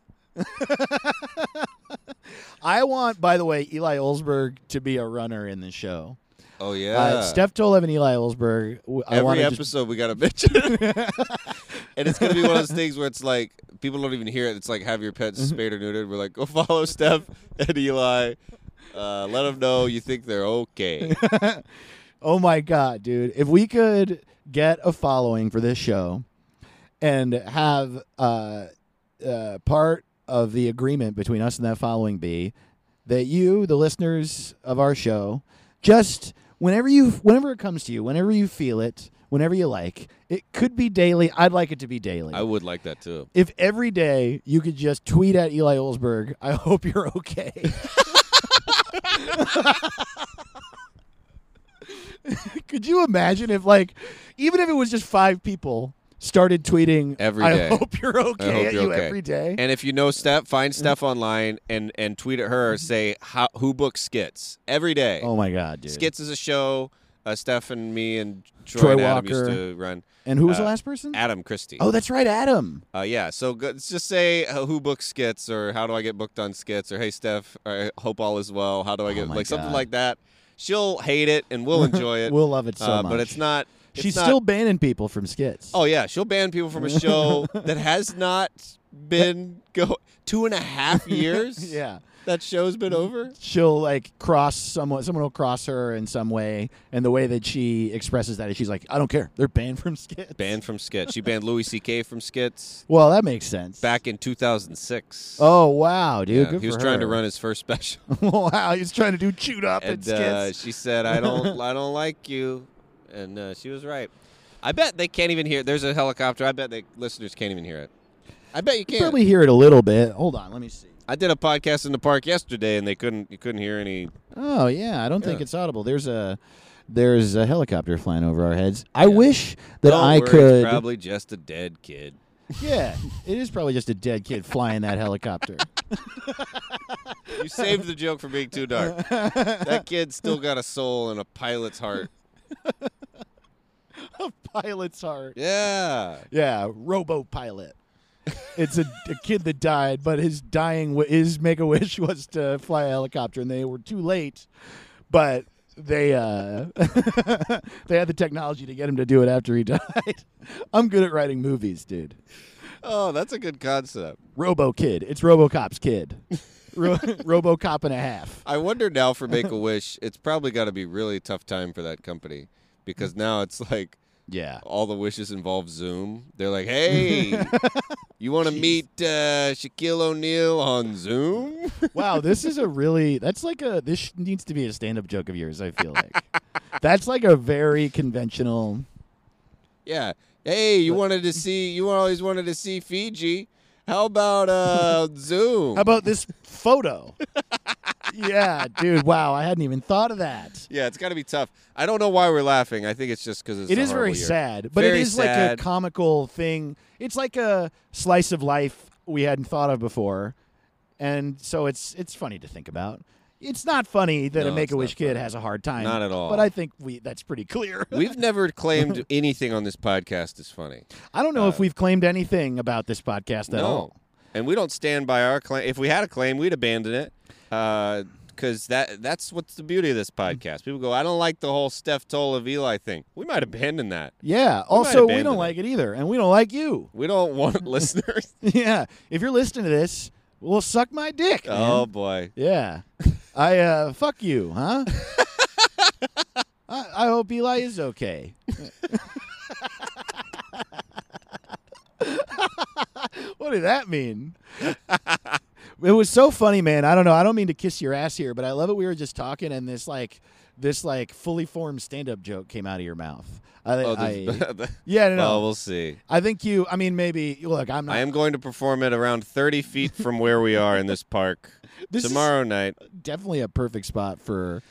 Speaker 2: I want, by the way, Eli Olsberg to be a runner in the show.
Speaker 3: Oh
Speaker 2: Uh,
Speaker 3: yeah.
Speaker 2: Steph Tolev and Eli Olsberg. w- I want
Speaker 3: Every
Speaker 2: to
Speaker 3: episode we got to mention it. and it's gonna be one of those things where it's like people don't even hear it. It's like have your pets
Speaker 2: Mm-hmm.
Speaker 3: spayed or neutered. We're like, go follow Steph and Eli. Uh, let them know you think they're okay.
Speaker 2: Oh my god, dude! If we could get a following for this show, and have uh, uh, part of the agreement between us and that following be that you, the listeners of our show, just whenever you, whenever it comes to you, whenever you feel it, whenever you like, it could be daily. I'd like it to be daily.
Speaker 3: I would like that too.
Speaker 2: if every day you could just tweet at Eli Olsberg, I hope you're okay.
Speaker 5: Could you imagine if, like, even if it was just five people started tweeting
Speaker 3: Every
Speaker 5: I
Speaker 3: day.
Speaker 5: hope you're okay
Speaker 3: hope
Speaker 5: at
Speaker 3: you're
Speaker 5: you
Speaker 3: okay."
Speaker 5: every day.
Speaker 3: And if you know Steph,
Speaker 2: Mm-hmm.
Speaker 3: find Steph online and and tweet at her. Say how, who books skits every day.
Speaker 2: oh my god, dude!
Speaker 3: Skits is a show. Uh, Steph and me and Troy,
Speaker 2: Troy
Speaker 3: and Adam used
Speaker 2: Walker.
Speaker 3: to run.
Speaker 2: and who was the
Speaker 3: uh,
Speaker 2: last person?
Speaker 3: Adam Christie.
Speaker 2: Oh, that's right, Adam.
Speaker 3: Uh, yeah. So go, let's just say uh, who books skits or how do I get booked on skits or hey Steph, I hope all is well. How do I get
Speaker 2: Oh my
Speaker 3: like something
Speaker 2: God.
Speaker 3: like that? She'll hate it and we'll enjoy it.
Speaker 2: We'll love it so
Speaker 3: uh,
Speaker 2: much.
Speaker 3: But it's not. it's
Speaker 2: She's
Speaker 3: not-
Speaker 2: still banning people from skits.
Speaker 3: Oh yeah, she'll ban people from a show that has not been go two and a half years.
Speaker 2: yeah.
Speaker 3: That show's
Speaker 2: Mm.
Speaker 3: been over.
Speaker 2: She'll like cross someone. Someone will cross her in some way, and the way that she expresses that is she's like, "I don't care. They're banned from skits."
Speaker 3: Banned from skits. She banned Louis C.K. from skits
Speaker 2: Well, that makes sense.
Speaker 3: back in 2006.
Speaker 2: Oh wow, dude!
Speaker 3: Yeah,
Speaker 2: Good
Speaker 3: he was
Speaker 2: for
Speaker 3: trying to
Speaker 2: her.
Speaker 3: run his first special.
Speaker 5: wow, he's trying to do chewed up and,
Speaker 3: and
Speaker 5: skits.
Speaker 3: uh, she said, "I don't, I don't like you," and uh, she was right. I bet they can't even hear. There's a helicopter. I bet the listeners can't even hear it. I bet you can't.
Speaker 2: Probably hear it a little bit. Hold on, let me see.
Speaker 3: I did a podcast in the park yesterday, and they couldn't. You couldn't hear any.
Speaker 2: Oh yeah, I don't think
Speaker 3: Yeah.
Speaker 2: it's audible. There's a there's a helicopter flying over our heads. I wish that
Speaker 3: Don't
Speaker 2: I
Speaker 3: worry,
Speaker 2: could.
Speaker 3: It's probably just a dead kid.
Speaker 2: yeah, it is probably just a dead kid flying that helicopter.
Speaker 3: You saved the joke from being too dark. that kid still got a soul and a pilot's heart.
Speaker 2: Pilot's heart.
Speaker 3: Yeah.
Speaker 2: Yeah, robo pilot.
Speaker 5: It's a, a kid that died, but his dying wi- his make a wish was to fly a helicopter, and they were too late. But they uh, they had the technology to get him to do it after he died. I'm good at writing movies, dude.
Speaker 3: Oh, that's a good concept.
Speaker 5: Robo Kid. It's RoboCop's kid. Ro- RoboCop and a half.
Speaker 3: I wonder now for Make a Wish, it's probably got to be really tough time for that company because now it's like
Speaker 2: Yeah.
Speaker 3: all the wishes involve Zoom. They're like, hey, you want to meet uh, Shaquille O'Neal on Zoom?
Speaker 2: Wow, this is a really that's like a this sh- needs to be a stand-up joke of yours, I feel like. that's like a very conventional
Speaker 3: yeah. Hey, you wanted to see, you always wanted to see Fiji. How about uh, Zoom?
Speaker 5: How about this photo? yeah, dude. Wow, I hadn't even thought of that.
Speaker 3: yeah, it's got to be tough. I don't know why we're laughing. I think it's just because it's
Speaker 5: It
Speaker 3: a
Speaker 5: is very
Speaker 3: horrible year.
Speaker 5: sad, but
Speaker 3: Very
Speaker 5: it is like
Speaker 3: sad.
Speaker 5: a comical thing. It's like a slice of life we hadn't thought of before, and so it's it's funny to think about. It's not funny that
Speaker 3: No,
Speaker 5: a
Speaker 3: it's
Speaker 5: Make a Wish
Speaker 3: not funny.
Speaker 5: kid has a hard time.
Speaker 3: Not at all.
Speaker 5: But I think we that's pretty clear.
Speaker 3: We've never claimed anything on this podcast is funny.
Speaker 5: I don't know
Speaker 3: Uh,
Speaker 5: if we've claimed anything about this podcast at all.
Speaker 3: And we don't stand by our claim. If we had a claim, we'd abandon it. Because that that's what's the beauty of this podcast. People go, I don't like the whole Steph Tolev Eli thing. We might abandon that.
Speaker 5: Yeah.
Speaker 3: might
Speaker 5: Also, we
Speaker 3: abandon
Speaker 5: don't
Speaker 3: it.
Speaker 5: like it either, and we don't like you.
Speaker 3: We don't want listeners.
Speaker 5: yeah. If you're listening to this, well, suck my dick. man.
Speaker 3: Oh, boy.
Speaker 5: Yeah. I uh fuck you, huh? I, I hope Eli is okay. what did that mean? it was so funny, man. I don't know. I don't mean to kiss your ass here, but I love it. We were just talking, and this like this like fully formed stand up joke came out of your mouth. I,
Speaker 3: Oh,
Speaker 5: I,
Speaker 3: this,
Speaker 5: yeah, no, no.
Speaker 3: well, we'll see.
Speaker 5: I think you. I mean, maybe look. I'm not.
Speaker 3: I am going to perform it around 30 feet from where we are in this park
Speaker 5: This is-
Speaker 3: tomorrow night.
Speaker 5: definitely a perfect spot for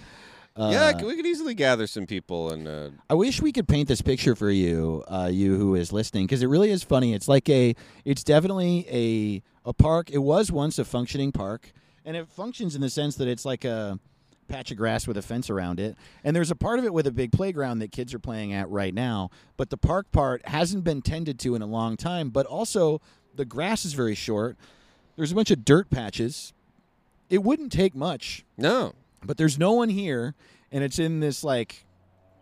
Speaker 2: Uh,
Speaker 3: yeah, c- we could easily gather some people and uh,
Speaker 2: I wish we could paint this picture for you, uh, you who is listening, because it really is funny. It's like a, it's definitely a a park. It was once a functioning park, and it functions in the sense that it's like a patch of grass with a fence around it. And there's a part of it with a big playground that kids are playing at right now. But the park part hasn't been tended to in a long time. But also the grass is very short. There's a bunch of dirt patches. It wouldn't take much
Speaker 3: no,
Speaker 2: but there's no one here and it's in this like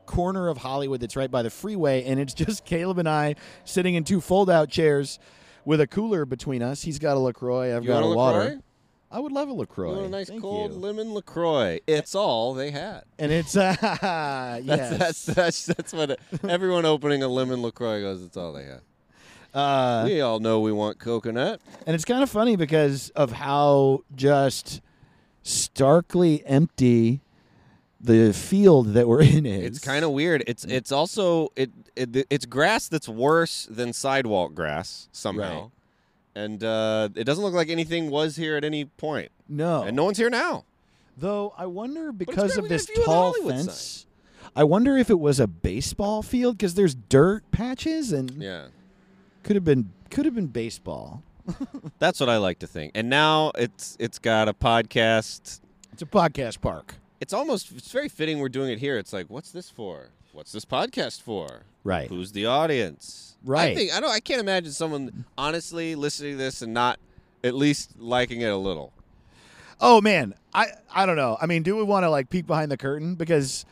Speaker 2: corner of hollywood that's right by the freeway and it's just caleb and i sitting in two fold out chairs with a cooler between us he's got a lacroix i've
Speaker 3: you
Speaker 2: got
Speaker 3: want
Speaker 2: a
Speaker 3: a
Speaker 2: water
Speaker 3: LaCroix?
Speaker 2: i would love a lacroix
Speaker 3: You want a nice
Speaker 2: Thank
Speaker 3: cold
Speaker 2: you.
Speaker 3: lemon Lacroix? It's all they had.
Speaker 2: and it's uh
Speaker 3: That's
Speaker 2: yes.
Speaker 3: that's, that's that's what it- everyone opening a lemon Lacroix goes. It's all they had.
Speaker 2: uh
Speaker 3: we all know we want coconut.
Speaker 2: and it's kind of funny because of how just starkly empty the field that we're in is
Speaker 3: It's kind of weird. It's it's also it, it it's grass that's worse than sidewalk grass somehow,
Speaker 2: Right.
Speaker 3: and uh, it doesn't look like anything was here at any point,
Speaker 2: no
Speaker 3: and no one's here now.
Speaker 2: Though I wonder
Speaker 3: it's
Speaker 2: because of
Speaker 3: great we got a
Speaker 2: this
Speaker 3: view of the
Speaker 2: tall
Speaker 3: Hollywood sign.
Speaker 2: fence. I wonder if it was a baseball field because there's dirt patches and
Speaker 3: Yeah,
Speaker 2: could have been could have been baseball.
Speaker 3: that's what I like to think. And now it's it's got a podcast.
Speaker 5: It's a podcast park.
Speaker 3: It's almost it's very fitting we're doing it here. It's like, what's this for? What's this podcast for?
Speaker 2: Right.
Speaker 3: Who's the audience? I
Speaker 2: Right.
Speaker 3: think I don't. I can't imagine someone honestly listening to this and not at least liking it a little.
Speaker 5: Oh man, I I don't know. I mean, do we want to like peek behind the curtain because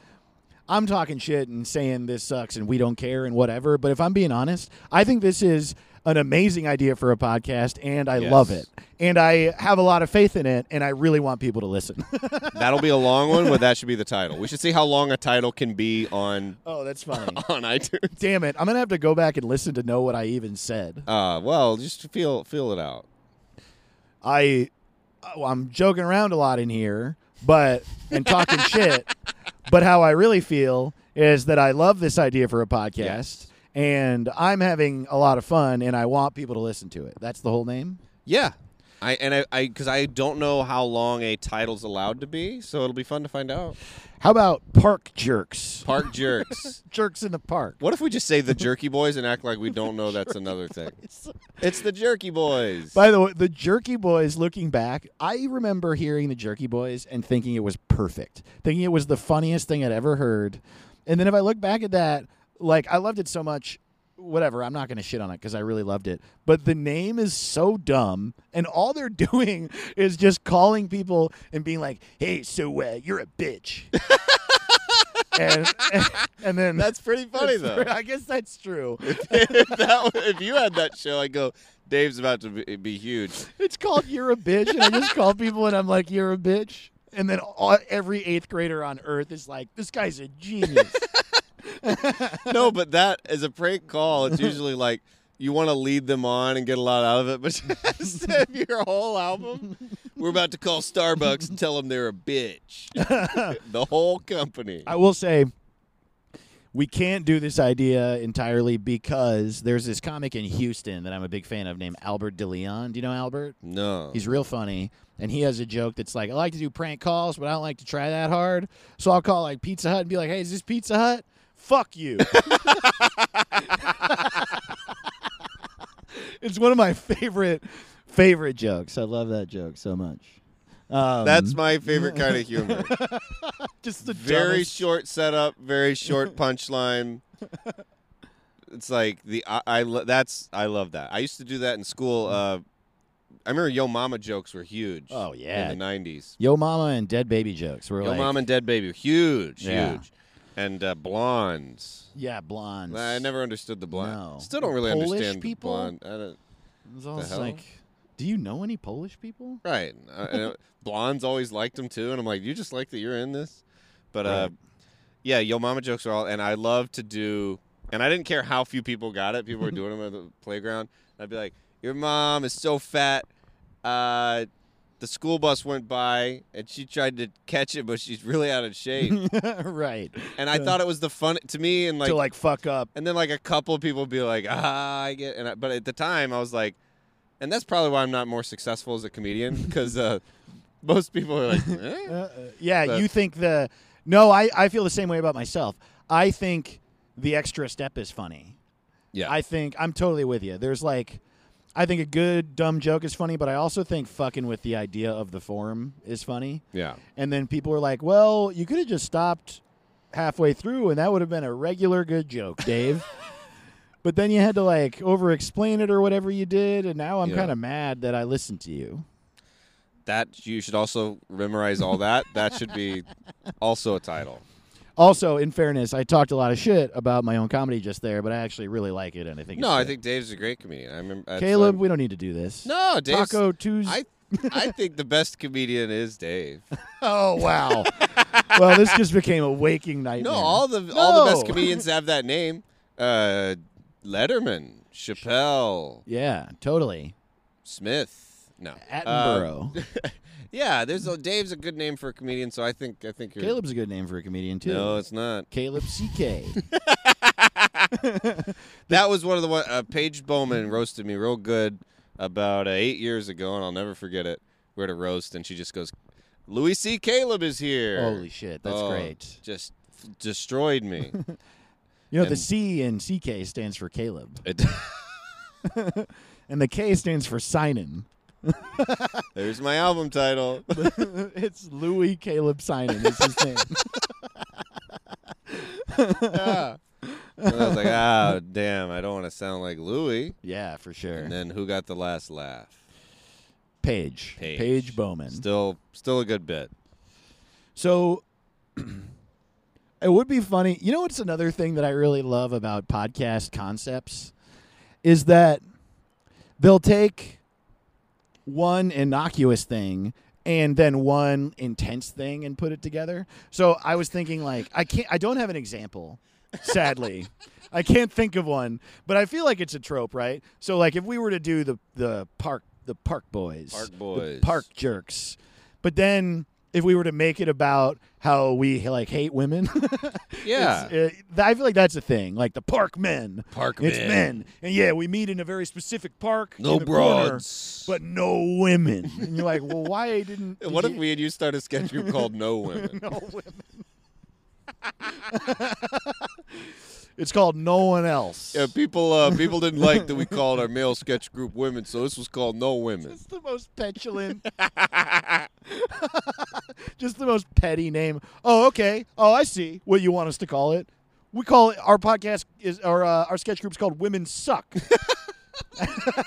Speaker 5: I'm talking shit and saying this sucks and we don't care and whatever, but if I'm being honest, I think this is an amazing idea for a podcast and I
Speaker 3: Yes.
Speaker 5: love it. And I have a lot of faith in it and I really want people to listen.
Speaker 3: That'll be a long one, but that should be the title. We should see how long a title can be on
Speaker 5: oh, that's funny.
Speaker 3: on iTunes.
Speaker 5: Damn it. I'm going to have to go back and listen to know what I even said.
Speaker 3: Uh, well, just feel feel it out.
Speaker 5: I oh, I'm joking around a lot in here, but and talking shit. But how I really feel is that I love this idea for a podcast.
Speaker 3: Yes.
Speaker 5: And I'm having a lot of fun, and I want people to listen to it. That's the whole name.
Speaker 3: Yeah, I and I- I because I, don't know how long a title's allowed to be, so it'll be fun to find out.
Speaker 5: How about Park Jerks?
Speaker 3: Park jerks.
Speaker 5: Jerks in the park.
Speaker 3: What if we just say the Jerky Boys and act like we don't know that's another thing? It's the Jerky Boys.
Speaker 5: By the way, the Jerky Boys. Looking back, I remember hearing the Jerky Boys and thinking it was perfect, thinking it was the funniest thing I'd ever heard. And then if I look back at that, like I loved it so much. Whatever, I'm not going to shit on it because I really loved it. But the name is so dumb, and all they're doing is just calling people and being like, "Hey, so uh, you're a bitch," and, and then
Speaker 3: that's pretty funny though.
Speaker 5: I guess that's true.
Speaker 3: if, that, if you had that show, I go. Dave's about to be, be huge.
Speaker 5: It's called "You're a bitch," and I just call people and I'm like, "You're a bitch," and then all, every eighth grader on Earth is like, "This guy's a genius."
Speaker 3: No, but that is a prank call. It's usually like you want to lead them on and get a lot out of it, but just have your whole album. We're about to call Starbucks and tell them they're a bitch. the whole company.
Speaker 5: I will say, we can't do this idea entirely because there's this comic in Houston that I'm a big fan of named Albert DeLeon. Do you know Albert?
Speaker 3: No.
Speaker 5: He's real funny, and he has a joke that's like, "I like to do prank calls, but I don't like to try that hard." So I'll call like Pizza Hut and be like, "Hey, is this Pizza Hut?" Fuck you.
Speaker 2: It's one of my favorite favorite jokes. I love that joke so much. Um,
Speaker 3: That's my favorite kind of humor.
Speaker 5: Just the
Speaker 3: very
Speaker 5: dumbest-
Speaker 3: short setup, very short punchline. It's like the I, I lo- that's I love that. I used to do that in school. Uh, I remember Yo Mama jokes were huge.
Speaker 2: Mm. Oh, yeah.
Speaker 3: in the '90s.
Speaker 2: Yo Mama and Dead Baby jokes. We're
Speaker 3: Yo
Speaker 2: like,
Speaker 3: Mom and Dead Baby, huge,
Speaker 2: Yeah.
Speaker 3: huge, and uh, blondes.
Speaker 2: yeah, blondes.
Speaker 3: I never understood the blonde.
Speaker 2: No.
Speaker 3: Still don't really
Speaker 2: Polish
Speaker 3: understand
Speaker 2: people?
Speaker 3: the blonde. I don't,
Speaker 2: It's all
Speaker 3: The
Speaker 2: just
Speaker 3: hell?
Speaker 2: like, do you know any Polish people?
Speaker 3: right? I, I don't- blondes always liked him too, and I'm like, you just like that you're in this. But uh, yeah, Yo Mama jokes are all, and I love to do. And I didn't care how few people got it. People were doing them at the playground. And I'd be like, "Your mom is so fat. Uh, the school bus went by, and she tried to catch it, but she's really out of shape."
Speaker 5: right
Speaker 3: and I thought it was the fun to me, and like
Speaker 5: to like fuck up.
Speaker 3: And then like a couple of people would be like, ah, I get. And I, but at the time, I was like, and that's probably why I'm not more successful as a comedian because uh, most people are like, eh?
Speaker 5: Yeah,
Speaker 3: But-
Speaker 5: you think the
Speaker 2: No, I, I feel the same way about myself. I think the extra step is funny.
Speaker 3: Yeah.
Speaker 2: I think I'm totally with you. There's like, I think a good dumb joke is funny, but I also think fucking with the idea of the form is funny.
Speaker 3: yeah.
Speaker 2: And then people are like, well, you could have just stopped halfway through and that would have been a regular good joke, Dave. but then you had to like over explain it or whatever you did. And now I'm
Speaker 3: Yeah.
Speaker 2: kind of mad that I listened to you.
Speaker 3: That you should also memorize all that. that should be also a title.
Speaker 2: Also, in fairness, I talked a lot of shit about my own comedy just there, but I actually really like it and I think
Speaker 3: No,
Speaker 2: it's
Speaker 3: I
Speaker 2: good.
Speaker 3: think Dave's a great comedian. I remember that's
Speaker 2: Caleb,
Speaker 3: why-
Speaker 2: we don't need to do this.
Speaker 3: No, Dave's.
Speaker 2: Taco Tuesday.
Speaker 3: I I think the best comedian is Dave.
Speaker 2: Oh wow! well, this just became a waking
Speaker 3: No,
Speaker 2: nightmare.
Speaker 3: all the all the best
Speaker 2: No.
Speaker 3: comedians have that name. Uh, Letterman, Chappelle,
Speaker 2: yeah, totally.
Speaker 3: Smith. No, Uh,
Speaker 2: Attenborough.
Speaker 3: yeah, there's a, Dave's a good name for a comedian, so I think I think you're.
Speaker 2: Caleb's a good name for a comedian too.
Speaker 3: No, it's not.
Speaker 2: Caleb CK.
Speaker 3: That was one of the one. Uh, Paige Bowman roasted me real good about uh, eight years ago, and I'll never forget it. We're at a roast, and she just goes, "Louis C. Caleb is here."
Speaker 2: Holy shit, that's
Speaker 3: Oh,
Speaker 2: great.
Speaker 3: Just f- destroyed me.
Speaker 2: You know, the
Speaker 3: And-
Speaker 2: C in CK stands for Caleb,
Speaker 3: It-
Speaker 2: and the K stands for Sinan.
Speaker 3: There's my album title.
Speaker 2: it's Louis Caleb Sinan is his name.
Speaker 3: And I was like, ah, damn, I don't want to sound like Louis.
Speaker 2: yeah, for sure.
Speaker 3: And then who got the last laugh?
Speaker 2: Paige.
Speaker 3: Paige.
Speaker 2: Bowman.
Speaker 3: Still, still a good bit.
Speaker 2: So it would be funny. You know what's another thing that I really love about podcast concepts is that they'll take one innocuous thing and then one intense thing and put it together. So I was thinking like I can't I don't have an example, sadly. I can't think of one, but I feel like it's a trope, right? So like if we were to do the the park the park boys.
Speaker 3: Park
Speaker 2: the
Speaker 3: Boys.
Speaker 2: park jerks. But then if we were to make it about how we like hate women, it's-
Speaker 3: Yeah.
Speaker 2: it- th- I feel like that's a thing. Like the park men,
Speaker 3: Park
Speaker 2: it's
Speaker 3: men.
Speaker 2: men, and yeah, we meet in a very specific park.
Speaker 3: no
Speaker 2: in the corner,
Speaker 3: broads.
Speaker 2: but no women. And you're like, well, why didn't? did
Speaker 3: what if
Speaker 2: you-
Speaker 3: we and you start a sketch group called No Women?
Speaker 2: no women? it's called no one else.
Speaker 3: Yeah, people, uh, people didn't like that we called our male sketch group Women, so this was called No Women.
Speaker 2: It's the most petulant. Just the most petty name. Oh, okay. Oh, I see what you want us to call it. We call it our podcast is our uh, our sketch group's called Women Suck.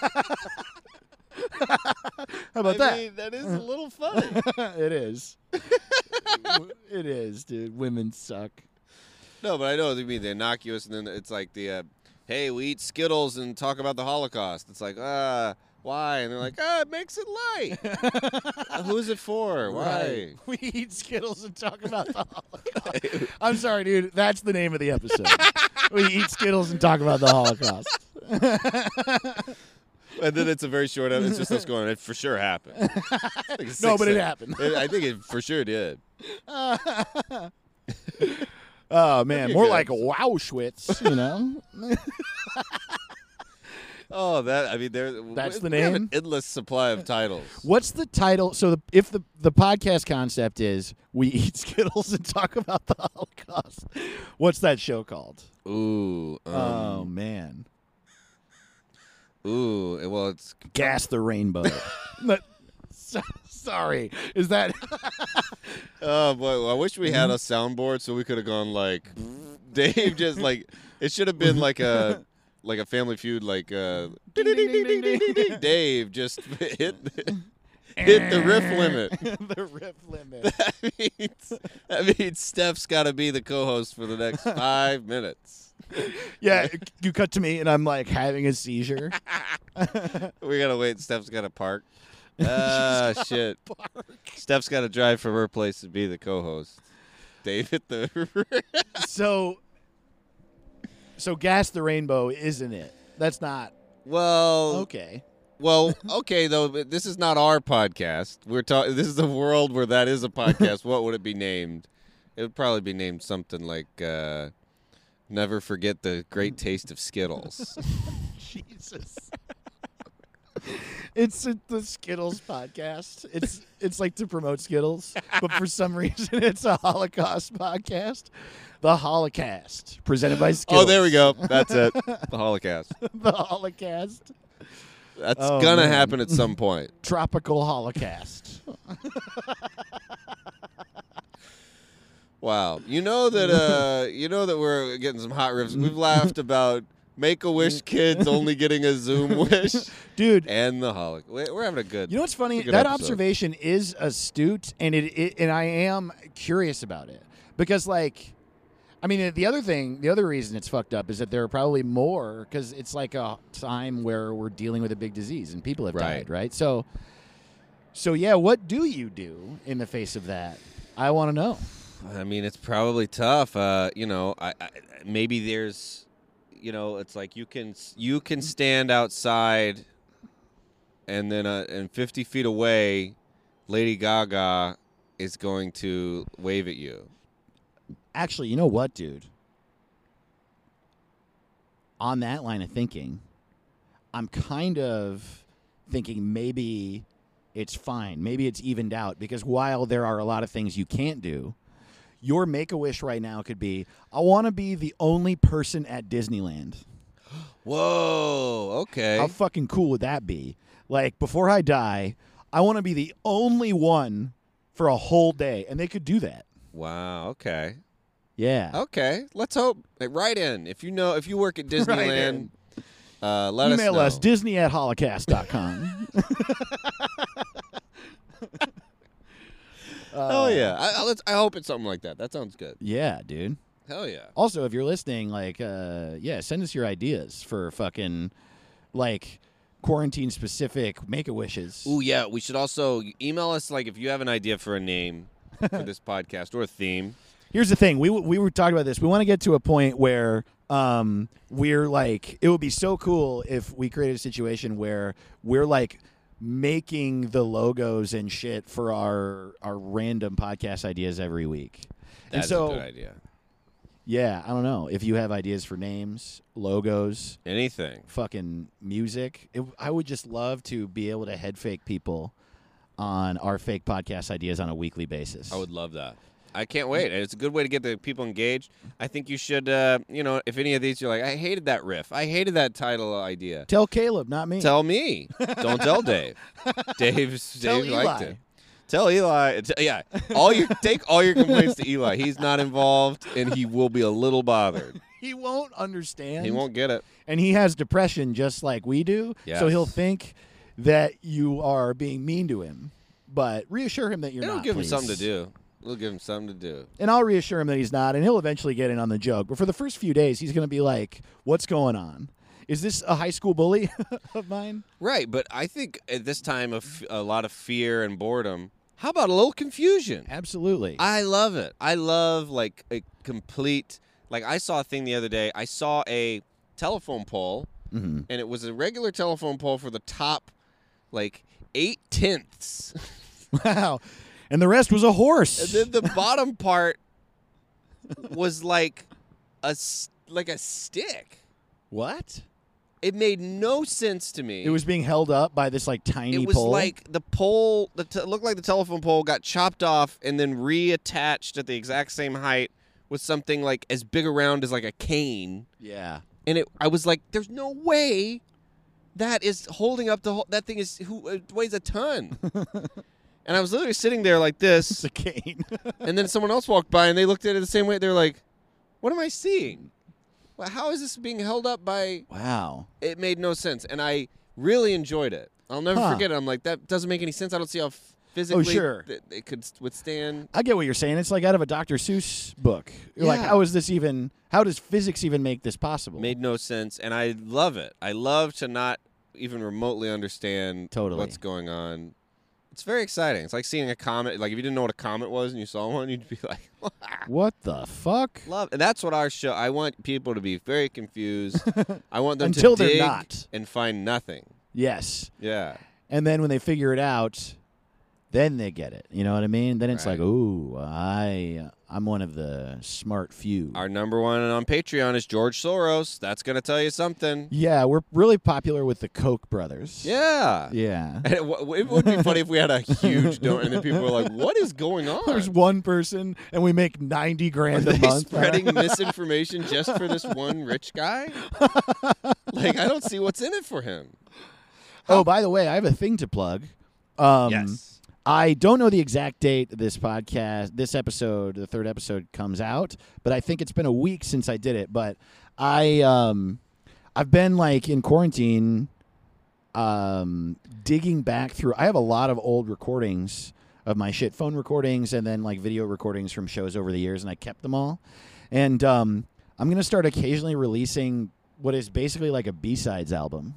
Speaker 2: How about that? Uh-huh.
Speaker 3: I mean, that is a little funny.
Speaker 2: it is. it is, dude. Women suck.
Speaker 3: no, but I know what you mean. The innocuous, and then it's like the, uh, hey, we eat Skittles and talk about the Holocaust. It's like, ah, why? And they're like, ah, it makes it light. Uh, Who's it for? Why?
Speaker 2: We eat Skittles and talk about the Holocaust. I'm sorry, dude. That's the name of the episode. we eat Skittles and talk about the Holocaust.
Speaker 3: And then it's a very short. It's just us going. It for sure happened. It's like a
Speaker 2: No,
Speaker 3: six
Speaker 2: but it
Speaker 3: sec-
Speaker 2: happened.
Speaker 3: It- I think it for sure did.
Speaker 2: Oh man,
Speaker 3: be a
Speaker 2: more
Speaker 3: good
Speaker 2: like a wow schwitz, you know?
Speaker 3: Oh, that I mean, there.
Speaker 2: That's
Speaker 3: we-
Speaker 2: the
Speaker 3: we have an
Speaker 2: name?
Speaker 3: endless supply of titles.
Speaker 2: What's the title? So the, if the the podcast concept is we eat Skittles and talk about the Holocaust, what's that show called?
Speaker 3: Ooh, um,
Speaker 2: oh man,
Speaker 3: ooh. Well, it's
Speaker 2: gas the rainbow. But- so- sorry, is that
Speaker 3: Oh boy, well, I wish we
Speaker 2: mm-hmm.
Speaker 3: had a soundboard so we could have gone like Dave just like it should have been like a like a family feud like uh
Speaker 2: Ding, ding, ding, ding, ding, ding.
Speaker 3: Dave just hit the, hit the riff limit.
Speaker 2: the riff limit?
Speaker 3: That means that means Steph's got to be the co-host for the next 5 minutes.
Speaker 2: Yeah, you cut to me and I'm like having a seizure.
Speaker 3: We got to wait, Steph's got to park. Ah shit. Steph's got to drive from her place to be the co-host. Dave hit the
Speaker 2: so, so gas the rainbow isn't it? That's not
Speaker 3: Well,
Speaker 2: okay.
Speaker 3: Well, okay though, but this is not our podcast. We're talking. This is the world where that is a podcast. what would it be named? It would probably be named something like uh, "Never Forget the Great Taste of Skittles."
Speaker 2: Jesus.
Speaker 5: It's a, the Skittles podcast. It's it's like to promote Skittles, but for some reason it's a Holocaust podcast. The Holocaust presented by Skittles.
Speaker 3: Oh, there we go. That's it. The Holocaust.
Speaker 5: the Holocaust,
Speaker 3: That's
Speaker 5: Oh,
Speaker 3: gonna
Speaker 5: man.
Speaker 3: happen at some point.
Speaker 5: tropical Holocaust.
Speaker 3: Wow. You know that uh you know that we're getting some hot riffs. We've laughed about Make a Wish kids only getting a Zoom wish
Speaker 5: Dude,
Speaker 3: and the Holocaust. We're having a good.
Speaker 5: You know what's funny?
Speaker 3: It's a good
Speaker 5: That
Speaker 3: episode.
Speaker 5: observation is astute, and it, it and I am curious about it because, like, I mean, the other thing, the other reason it's fucked up is that there are probably more because it's like a time where we're dealing with a big disease and people have
Speaker 3: Right.
Speaker 5: died, right? So, so yeah, what do you do in the face of that? I want to know.
Speaker 3: I mean, it's probably tough. Uh, you know, I, I maybe there's, you know, it's like you can you can stand outside, and then uh, and fifty feet away, Lady Gaga is going to wave at you.
Speaker 5: Actually, you know what, dude?
Speaker 2: on that line of thinking, I'm kind of thinking maybe it's fine. Maybe it's evened out because while there are a lot of things you can't do, your make a wish right now could be I want to be the only person at Disneyland.
Speaker 3: Whoa. Okay.
Speaker 2: How fucking cool would that be? Like, before I die, I want to be the only one for a whole day. And they could do that.
Speaker 3: wow. Okay.
Speaker 2: Yeah.
Speaker 3: Okay. Let's hope. Like, write in if you know if you work at Disneyland.
Speaker 5: in.
Speaker 3: uh, let
Speaker 2: Email
Speaker 3: us,
Speaker 2: us,
Speaker 3: know.
Speaker 2: disney at holocaust.com.
Speaker 3: Hell yeah!
Speaker 2: Oh.
Speaker 3: I, I, let's, I hope it's something like that. That sounds good.
Speaker 2: yeah, dude.
Speaker 3: Hell yeah!
Speaker 2: Also, if you're listening, like, uh, yeah, send us your ideas for fucking, like, quarantine specific make a wishes.
Speaker 3: Ooh, yeah. We should also email us like if you have an idea for a name for this podcast or a theme.
Speaker 2: Here's the thing: we w- we were talking about this. We want to get to a point where um, we're like, it would be so cool if we created a situation where we're like making the logos and shit for our our random podcast ideas every week. and
Speaker 3: That's
Speaker 2: so,
Speaker 3: a good idea.
Speaker 2: yeah, I don't know if you have ideas for names, logos,
Speaker 3: Anything.
Speaker 2: fucking music. It, I would just love to be able to head fake people on our fake podcast ideas on a weekly basis.
Speaker 3: I would love that. I can't wait. It's a good way to get the people engaged. I think you should, uh, you know, if any of these you're like, I hated that riff. I hated that title idea.
Speaker 2: tell Caleb, not me.
Speaker 3: Tell me. Don't tell Dave. Dave's Dave
Speaker 2: Tell
Speaker 3: liked
Speaker 2: Eli.
Speaker 3: it. Tell Eli. it's- Yeah. All your take all your complaints to Eli. He's not involved and he will be a little bothered.
Speaker 2: he won't understand.
Speaker 3: He won't get it.
Speaker 2: and he has depression just like we do. So
Speaker 3: Yes.
Speaker 2: he'll think that you are being mean to him, but reassure him that you're
Speaker 3: It'll
Speaker 2: not.
Speaker 3: give
Speaker 2: please.
Speaker 3: him something to do. We'll give him something to do.
Speaker 2: And I'll reassure him that he's not, and he'll eventually get in on the joke. But for the first few days, he's going to be like, "What's going on? Is this a high school bully of mine?"
Speaker 3: Right, but I think at this time of f- a lot of fear and boredom, how about a little confusion?
Speaker 2: Absolutely.
Speaker 3: I love it. I love like a complete like I saw a thing the other day. I saw a telephone poll
Speaker 2: Mhm.
Speaker 3: and it was a regular telephone poll for the top like eight tenths.
Speaker 2: Wow. And the rest was a
Speaker 3: and
Speaker 2: horse.
Speaker 3: then the bottom part was like a s- like a stick.
Speaker 2: what?
Speaker 3: It made no sense to me.
Speaker 2: It was being held up by this like tiny
Speaker 3: it was
Speaker 2: pole.
Speaker 3: like the pole the t- looked like the telephone pole got chopped off and then reattached at the exact same height with something like as big around as like a cane
Speaker 2: yeah.
Speaker 3: and it i was like there's no way that is holding up the whole that thing is who it weighs a ton and i was literally sitting there like this
Speaker 2: It's a cane.
Speaker 3: and then someone else walked by and they looked at it the same way they're like what am i seeing Well, how is this being held up by
Speaker 2: wow.
Speaker 3: it made no sense, and I really enjoyed it. I'll never
Speaker 2: Huh. Oh,
Speaker 3: forget it. I'm like, that doesn't make any sense. I don't see how f- physically
Speaker 2: sure.
Speaker 3: th- it could s- withstand.
Speaker 2: I get what you're saying. It's like out of a Dr. Seuss book. You're like,
Speaker 3: Yeah.
Speaker 2: how is this even? How does physics even make this possible?
Speaker 3: Made no sense, and I love it. I love to not even remotely understand
Speaker 2: Totally.
Speaker 3: what's going on. It's very exciting. It's like seeing a comet. Like if you didn't know what a comet was and you saw one, you'd be like,
Speaker 2: what the fuck?
Speaker 3: love. And that's what our show. I want people to be very confused. I want them
Speaker 2: Until
Speaker 3: to
Speaker 2: they're
Speaker 3: dig
Speaker 2: not.
Speaker 3: and find nothing.
Speaker 2: Yes.
Speaker 3: Yeah.
Speaker 2: And then when they figure it out, then they get it. You know what I mean? Then it's
Speaker 3: Right.
Speaker 2: like, ooh, I I'm one of the smart few.
Speaker 3: Our number one on Patreon is George Soros. That's gonna tell you something.
Speaker 2: yeah, we're really popular with the Koch brothers.
Speaker 3: Yeah.
Speaker 2: Yeah.
Speaker 3: And it, w- it would be funny if we had a huge donor and then people were like, "What is going on?"
Speaker 5: There's one person, and we make ninety
Speaker 3: Are
Speaker 5: grand
Speaker 3: they
Speaker 5: a month.
Speaker 3: spreading misinformation just for this one rich guy? like, I don't see what's in it for him.
Speaker 2: Oh, by the way, I have a thing to plug. Um,
Speaker 3: yes.
Speaker 2: I don't know the exact date this podcast, this episode, the third episode comes out, but I think it's been a week since I did it. But I, um, I've been like in quarantine, um, digging back through. I have a lot of old recordings of my shit, phone recordings, and then like video recordings from shows over the years, and I kept them all. And um, I'm gonna start occasionally releasing what is basically like a B sides album.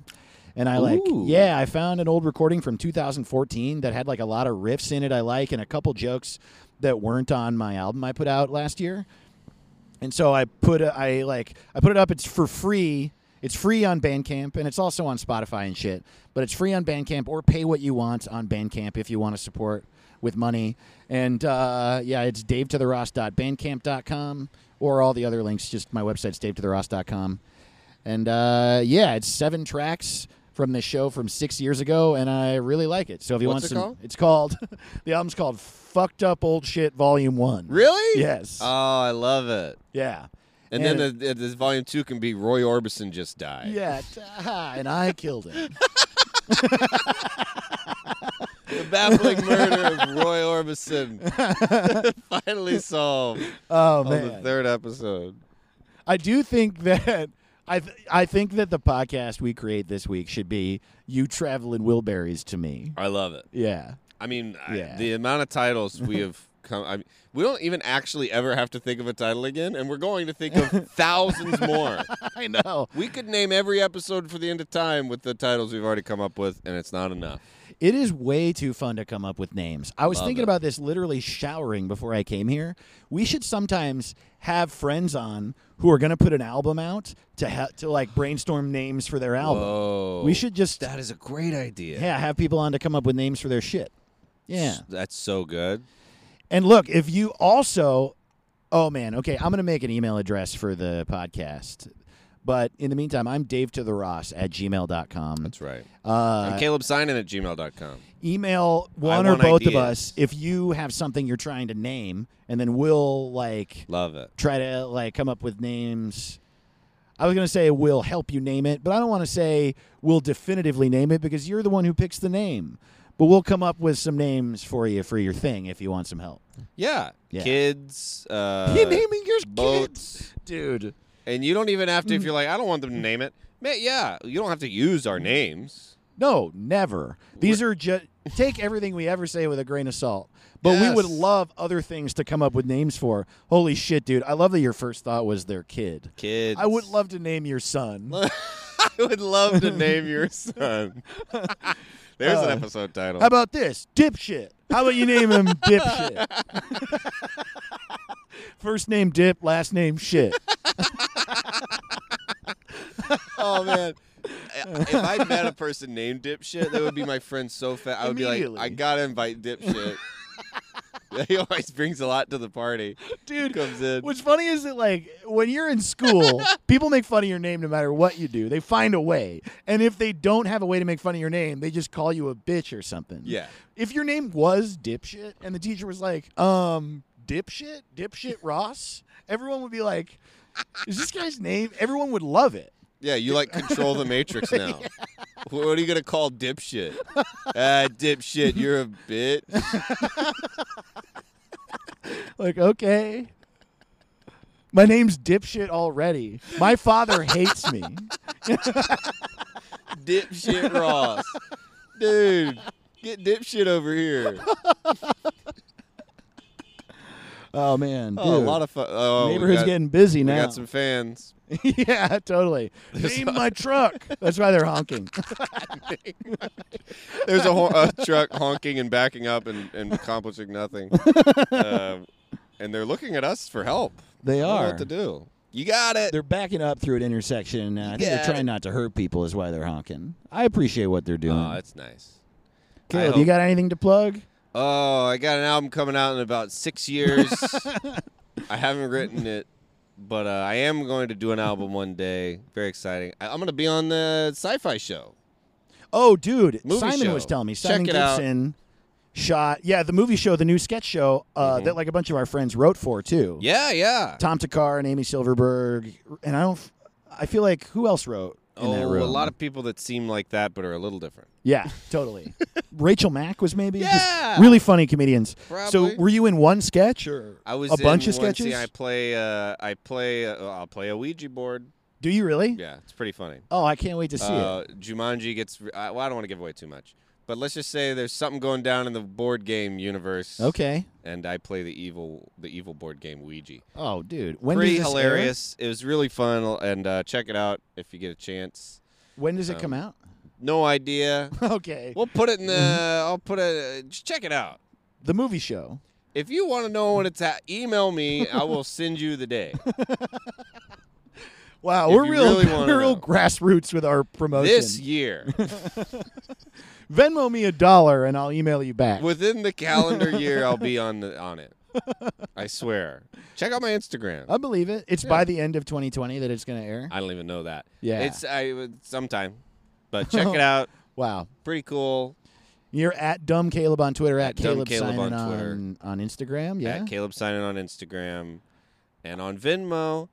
Speaker 2: And I like,
Speaker 3: Ooh.
Speaker 2: yeah, I found an old recording from 2014 that had like a lot of riffs in it I like, and a couple jokes that weren't on my album I put out last year. And so I put a, I like I put it up. It's for free. It's free on Bandcamp and it's also on Spotify and shit. But it's free on Bandcamp or pay what you want on Bandcamp if you want to support with money. And uh, yeah, it's davetotheross.bandcamp.com or all the other links. Just my website's davetotheross.com. And uh, yeah, it's seven tracks from this show from six years ago, and I really like it. So if you
Speaker 3: What's
Speaker 2: want
Speaker 3: it
Speaker 2: some,
Speaker 3: called?
Speaker 2: it's called the album's called "Fucked Up Old Shit" Volume One.
Speaker 3: Really?
Speaker 2: Yes.
Speaker 3: Oh, I love it.
Speaker 2: yeah.
Speaker 3: And,
Speaker 2: And-
Speaker 3: then the, the, this volume two can be Roy Orbison just died.
Speaker 2: Yeah, t- ah, and I killed him.
Speaker 3: The baffling murder of Roy Orbison. Finally solved
Speaker 2: Oh
Speaker 3: on the
Speaker 2: man,
Speaker 3: third episode.
Speaker 2: I do think that I th- I think that the podcast we create this week should be you traveling Wilburys to me.
Speaker 3: I love it.
Speaker 2: Yeah,
Speaker 3: I mean, I-
Speaker 2: Yeah.
Speaker 3: the amount of titles we have come. I mean, we don't even actually ever have to think of a title again, and we're going to think of thousands more.
Speaker 2: I know
Speaker 3: We could name every episode for the end of time with the titles we've already come up with, and it's not enough.
Speaker 2: it is way too fun to come up with names. I was
Speaker 3: Love
Speaker 2: thinking
Speaker 3: it.
Speaker 2: about this literally showering before I came here. We should sometimes have friends on who are going to put an album out to ha- to like brainstorm names for their album.
Speaker 3: Whoa.
Speaker 2: We should just
Speaker 3: That is a great idea.
Speaker 2: yeah have people on to come up with names for their shit. Yeah.
Speaker 3: That's so good.
Speaker 2: And look, if you also, oh man, okay, I'm going to make an email address for the podcast. But in the meantime, I'm Dave to the Ross at gmail.com.
Speaker 3: That's right. I'm
Speaker 2: Uh,
Speaker 3: Caleb Simon at gmail.com.
Speaker 2: email one or
Speaker 3: want
Speaker 2: both of
Speaker 3: ideas.
Speaker 2: us if you have something you're trying to name, and then we'll like
Speaker 3: Love it.
Speaker 2: try to like come up with names. I was going to say we'll help you name it, but I don't want to say we'll definitively name it because you're the one who picks the name. But we'll come up with some names for you for your thing if you want some help.
Speaker 3: Yeah.
Speaker 2: Yeah.
Speaker 3: Kids. Uh,
Speaker 2: You're naming your
Speaker 3: boats.
Speaker 2: dude.
Speaker 3: And you don't even have to, if you're like, I don't want them to name it. Man, yeah, you don't have to use our names.
Speaker 2: No, never. These are just take everything we ever say with a grain of salt. But we would
Speaker 3: Yes.
Speaker 2: love other things to come up with names for. Holy shit, dude! I love that your first thought was their kid.
Speaker 3: Kids.
Speaker 2: I would love to name your son.
Speaker 3: I would love to name your son. There's an
Speaker 2: Uh,
Speaker 3: episode title.
Speaker 2: How about this, dipshit? How about you name him dipshit? First name dip, last name shit.
Speaker 3: Oh man. if I met a person named Dipshit, that would be my friend so fast. I would be like, I
Speaker 2: Immediately.
Speaker 3: gotta invite Dipshit. he always brings a lot to the party.
Speaker 2: Dude,
Speaker 3: comes in.
Speaker 2: What's funny is that like when you're in school, people make fun of your name no matter what you do. They find a way. And if they don't have a way to make fun of your name, they just call you a bitch or something.
Speaker 3: Yeah.
Speaker 2: If your name was dipshit and the teacher was like, um, dipshit, dipshit Ross, everyone would be like, is this guy's name? Everyone would love it.
Speaker 3: Yeah, you like control the matrix now. What are you gonna call Dipshit? Ah, Dipshit, you're a bitch.
Speaker 2: Like, okay. My name's dipshit already. My father hates me.
Speaker 3: Dipshit Ross. Dude, get Dipshit over here.
Speaker 2: Oh man,
Speaker 3: Oh, a
Speaker 2: dude.
Speaker 3: lot of fun. Oh, we
Speaker 2: Neighborhood's
Speaker 3: got-
Speaker 2: getting busy
Speaker 3: We
Speaker 2: now.
Speaker 3: got some fans.
Speaker 2: yeah, totally. Name my truck. That's why they're honking.
Speaker 3: There's a, hon- a truck honking and backing up and, and accomplishing nothing. uh, and they're looking at us for help.
Speaker 2: They
Speaker 3: I don't know
Speaker 2: are.
Speaker 3: what to do. You got it.
Speaker 2: They're backing up through an intersection. Uh, I think
Speaker 3: Yeah.
Speaker 2: they're trying not to hurt people. Is why they're honking. I appreciate what they're doing.
Speaker 3: Oh, that's nice. I
Speaker 2: Caleb,
Speaker 3: hope-
Speaker 2: you got anything to plug?
Speaker 3: oh, I got an album coming out in about six years. I haven't written it, but uh, I am going to do an album one day. Very exciting. I, I'm going to be on the sci-fi show.
Speaker 2: Oh, dude,
Speaker 3: Movie
Speaker 2: Simon
Speaker 3: show.
Speaker 2: was telling me
Speaker 3: Check
Speaker 2: Simon
Speaker 3: it out.
Speaker 2: Gibson shot. Yeah, the movie show, the new sketch show uh,
Speaker 3: Mhm.
Speaker 2: that like a bunch of our friends wrote for too.
Speaker 3: Yeah, yeah.
Speaker 2: Tom Takar and Amy Silverberg, and I don't. f- I feel like who else wrote in that
Speaker 3: oh,
Speaker 2: room?
Speaker 3: a lot of people that seem like that but are a little different.
Speaker 2: Yeah, totally. Rachel Mack was maybe Just
Speaker 3: Yeah.
Speaker 2: really funny comedians.
Speaker 3: Probably.
Speaker 2: So were you in one sketch or
Speaker 3: I was
Speaker 2: a bunch
Speaker 3: in
Speaker 2: of
Speaker 3: one scene,
Speaker 2: sketches?
Speaker 3: I play. Uh, I play. Uh, I'll play a Ouija board.
Speaker 2: Do you really?
Speaker 3: Yeah, it's pretty funny.
Speaker 2: Oh, I can't wait to see it.
Speaker 3: Uh, Jumanji gets. re- I, well, I don't want to give away too much, but let's just say there's something going down in the board game universe.
Speaker 2: Okay.
Speaker 3: And I play the evil, the evil board game Ouija.
Speaker 2: Oh, dude, when
Speaker 3: pretty
Speaker 2: does this air?
Speaker 3: hilarious. It was really fun, and uh, check it out if you get a chance.
Speaker 2: When does it
Speaker 3: Um,
Speaker 2: come out?
Speaker 3: No idea.
Speaker 2: okay.
Speaker 3: We'll put it in the. I'll put it. Just check it out.
Speaker 2: the movie show.
Speaker 3: If you want to know when it's at, email me. I will send you the day.
Speaker 2: Wow,
Speaker 3: If
Speaker 2: we're
Speaker 3: you
Speaker 2: real,
Speaker 3: really wanna
Speaker 2: we're real
Speaker 3: know.
Speaker 2: grassroots with our promotion.
Speaker 3: This year,
Speaker 2: Venmo me a dollar and I'll email you back.
Speaker 3: within the calendar year, I'll be on the on it. I swear. Check out my Instagram.
Speaker 2: I believe it. It's by the end of 2020 that it's going to air.
Speaker 3: I don't even know that.
Speaker 2: Yeah.
Speaker 3: It's I would- sometime, but check it out.
Speaker 2: Wow.
Speaker 3: Pretty cool.
Speaker 2: You're at dumb Caleb on Twitter, at,
Speaker 3: At Dumb
Speaker 2: Caleb,
Speaker 3: Caleb
Speaker 2: Simon
Speaker 3: on Twitter.
Speaker 2: on, on Instagram. Yeah.
Speaker 3: At Caleb signing on Instagram, and on Venmo.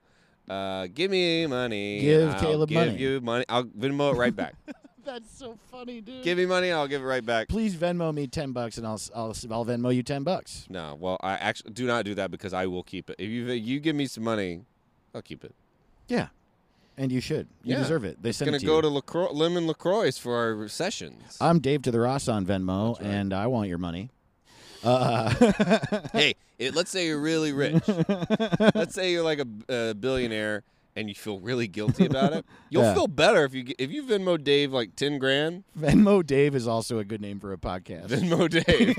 Speaker 3: Uh, give me money.
Speaker 2: Give
Speaker 3: I'll
Speaker 2: Caleb
Speaker 3: give
Speaker 2: money.
Speaker 3: you money. I'll Venmo it right back.
Speaker 2: That's so funny, dude.
Speaker 3: give me money. I'll give it right back.
Speaker 2: Please Venmo me 10 bucks and I'll, I'll, I'll Venmo you 10 bucks.
Speaker 3: No. Well, I actually do not do that because I will keep it. If you you give me some money, I'll keep it.
Speaker 2: Yeah. And you should. You
Speaker 3: Yeah.
Speaker 2: deserve it. They
Speaker 3: It's
Speaker 2: send
Speaker 3: gonna
Speaker 2: it to
Speaker 3: go
Speaker 2: you.
Speaker 3: to LaCroix, Lemon Lacroix for our sessions.
Speaker 2: I'm Dave to the Ross on Venmo,
Speaker 3: That's right.
Speaker 2: and I want your money.
Speaker 3: hey, it, let's say you're really rich. let's say you're like a, a billionaire and you feel really guilty about it. You'll
Speaker 2: Yeah.
Speaker 3: feel better if you g- if you Venmo Dave like ten grand.
Speaker 2: Venmo Dave is also a good name for a podcast.
Speaker 3: Venmo Dave.